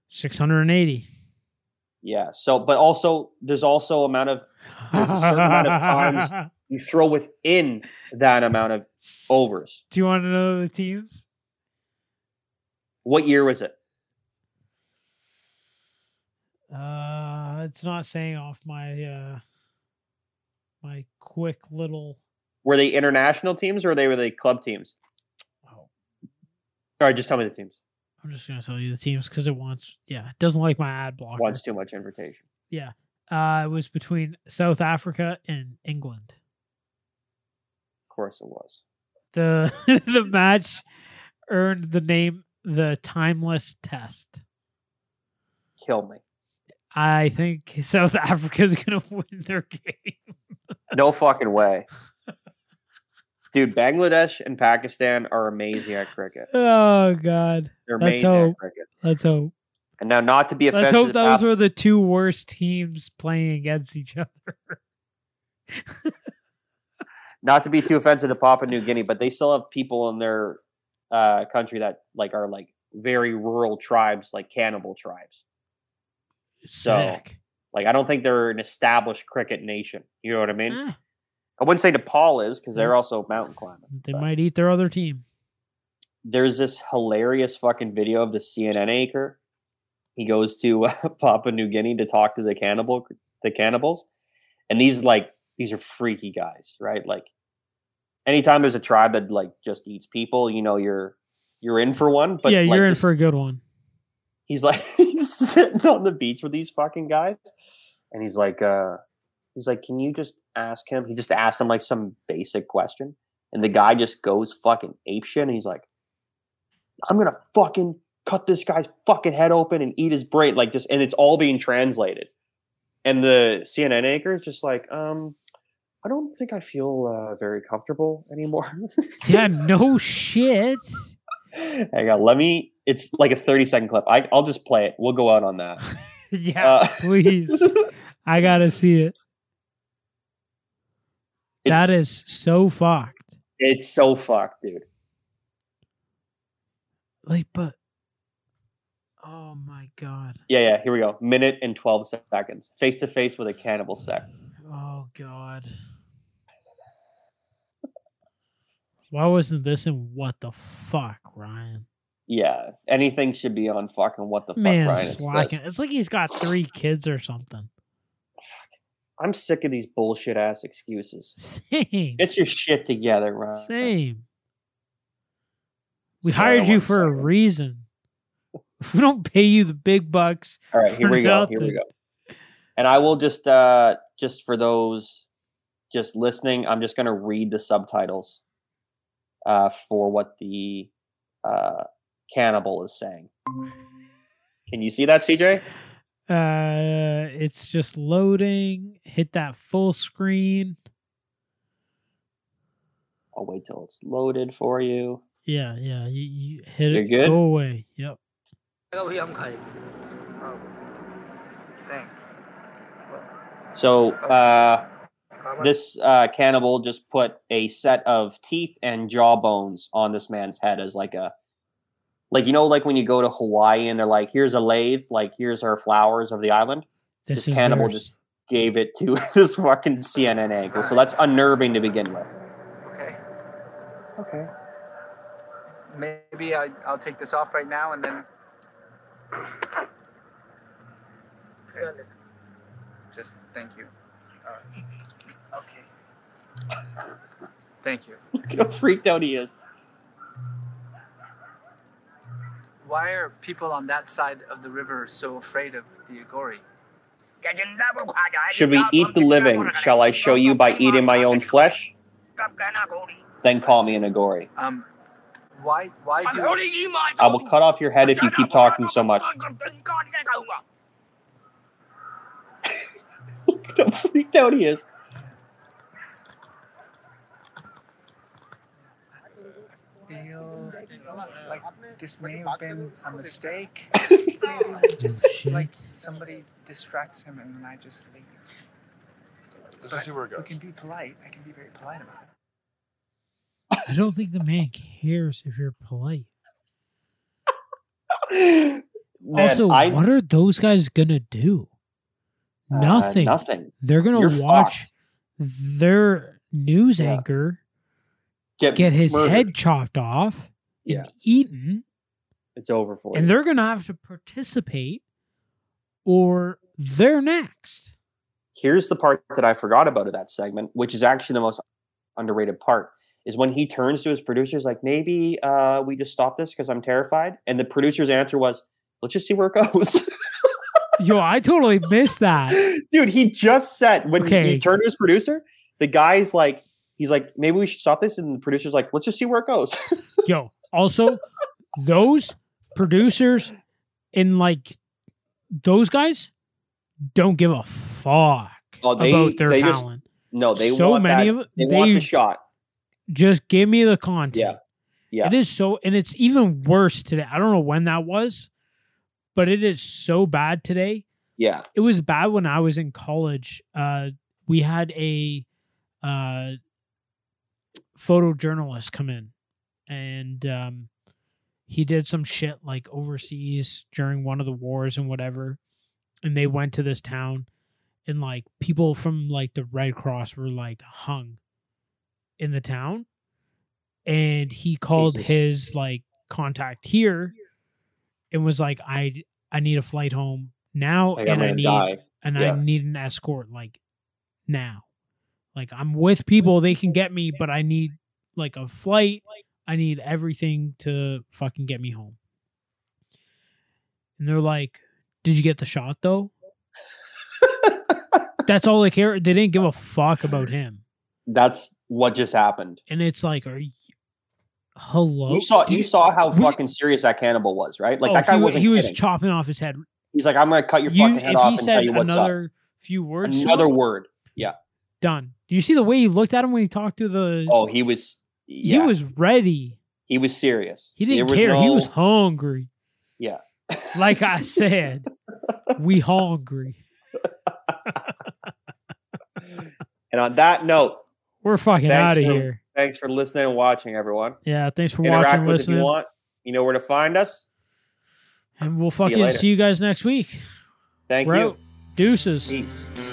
680. Yeah. So, but also, there's also amount of There's a certain amount of times- you throw within that amount of overs. Do you want to know the teams? What year was it? Uh, it's not saying off my uh my quick little. Were they international teams or they were they club teams? Oh, All right, just tell me the teams. I'm just gonna tell you the teams because it wants. Yeah, it doesn't like my ad blocker. One's too much invitation. Uh, it was between South Africa and England. Of course it was. The the match earned the name the Timeless Test. Kill me. I think South Africa's gonna win their game. No fucking way. Dude, Bangladesh and Pakistan are amazing at cricket. Oh God. They're That's amazing how- at cricket. Let's hope. And now, not to be Let's offensive, hope those Al- were the two worst teams playing against each other. not to be too offensive to Papua New Guinea, but they still have people in their uh, country that like are like very rural tribes, like cannibal tribes. So, Sick. Like I don't think they're an established cricket nation. You know what I mean? Ah, I wouldn't say Nepal is because Mm. they're also mountain climbing. they but- might eat their other team. there's this hilarious fucking video of the CNN anchor. He goes to uh, Papua New Guinea to talk to the cannibal, the cannibals, and these like these are freaky guys, right? Like, anytime there's a tribe that like just eats people, you know you're you're in for one. But yeah, like, you're in this- for a good one. He's like he's sitting on the beach with these fucking guys, and he's like, uh, he's like, can you just ask him? He just asked him like some basic question, and the guy just goes fucking ape shit, and he's like, I'm gonna fucking cut this guy's fucking head open and eat his brain, like just, and it's all being translated, and the CNN anchor is just like, um, I don't think I feel uh, very comfortable anymore. Yeah, no shit. Hang on, let me. It's like a 30 second clip. I, I'll just play it. We'll go out on that. Yeah, Uh, please. I gotta see it. that is so fucked. It's so fucked, dude. Like, but oh my god, Yeah, yeah. Here we go. Minute and twelve seconds. Face to face with a cannibal sect. oh god. Why wasn't this in what the fuck, Ryan? Yeah, anything should be on fucking what the fuck, Man, Ryan. It's slacking. this. It's like he's got three kids or something. I'm sick of these bullshit ass excuses. Same, Get your shit together, Ryan. same. We Sorry, hired one you for a second. reason. If we don't pay you the big bucks, All right, here for we go. Here we nothing. go. And I will just uh just for those just listening, I'm just gonna read the subtitles uh for what the uh cannibal is saying. Can you see that, CJ? Uh, it's just loading. Hit that full screen. I'll wait till it's loaded for you. Yeah, yeah. You, you hit You're it. good? Go away. Yep. Oh, thanks. So uh How much? this uh, cannibal just put a set of teeth and jaw bones on this man's head as like a like you know like when you go to hawaii and they're like here's a lathe like here's our flowers of the island This This is cannibal yours. just- gave it to this fucking cnn angle so that's unnerving to begin with Okay. okay Maybe I, I'll take this off right now and then. Okay. Just thank you. Okay. Thank you. look at how freaked out he is Why are people on that side of the river so afraid of the Agori? should we eat the living shall i show you by eating my own flesh then call me an agori Um, why why do i will cut off your head if you keep talking so much look at how freaked out he is feel like this may have been a mistake? just, like somebody distracts him and then I just leave. But Let's see where it We goes. can be polite. I can be very polite about it. I don't think the man cares if you're polite. Man, also, I- what are those guys gonna do? uh, nothing. Nothing. They're gonna You're watch fucked. their news Yeah. anchor get his murdered. head chopped off Yeah, and eaten, it's over for and you. they're gonna have to participate, or they're next. Here's the part that I forgot about of that segment, which is actually the most underrated part, is when he turns to his producers like, maybe uh, we just stop this because I'm terrified. And the producer's answer was, let's just see where it goes. Yo, I totally missed that. Dude, he just said when he- Okay. he turned to his producer, the guy's like, he's like, maybe we should stop this. And the producer's like, let's just see where it goes. Yo, also those producers and like those guys don't give a fuck Oh, they- about their they just- talent. no, they so want many that. of they, they, want the shot. Just give me the content. Yeah. Yeah. It is so, and it's even worse today. I don't know when that was, but it is so bad today. Yeah. It was bad when I was in college. Uh, we had a uh, photojournalist come in, and um, he did some shit like overseas during one of the wars and whatever. And they went to this town, and like people from like the Red Cross were like hung in the town. And he called Jesus. his like contact here and was like, I I need a flight home now Like I'm Oh, and I gonna need die. and Yeah. I need an escort like now. Like I'm with people, they can get me, but I need like a flight. I need everything to fucking get me home. And they're like, "Did you get the shot though?" That's all they care. They didn't give a fuck about him. That's what just happened. And it's like, "Are you hello?" You saw Do you saw how we- fucking serious that cannibal was, right? Like Oh, that guy he, wa- wasn't he kidding. was chopping off his head. He's like, I'm gonna cut your You, fucking head if off he and tell said you what's up. another few words, to Another him, word. done. Do you see the way he looked at him when he talked to the? Oh, he was. Yeah, He was ready. he was serious. He didn't There care. He was no- hungry. Yeah. Like I said, we hungry. And on that note, We're fucking Thanks out of for- here. thanks for listening and watching, everyone. Yeah. Thanks for Interact watching, with us if you listening, want. You know where to find us. and we'll See you fucking later. see you guys next week. Thank We're you. out. Deuces. Peace.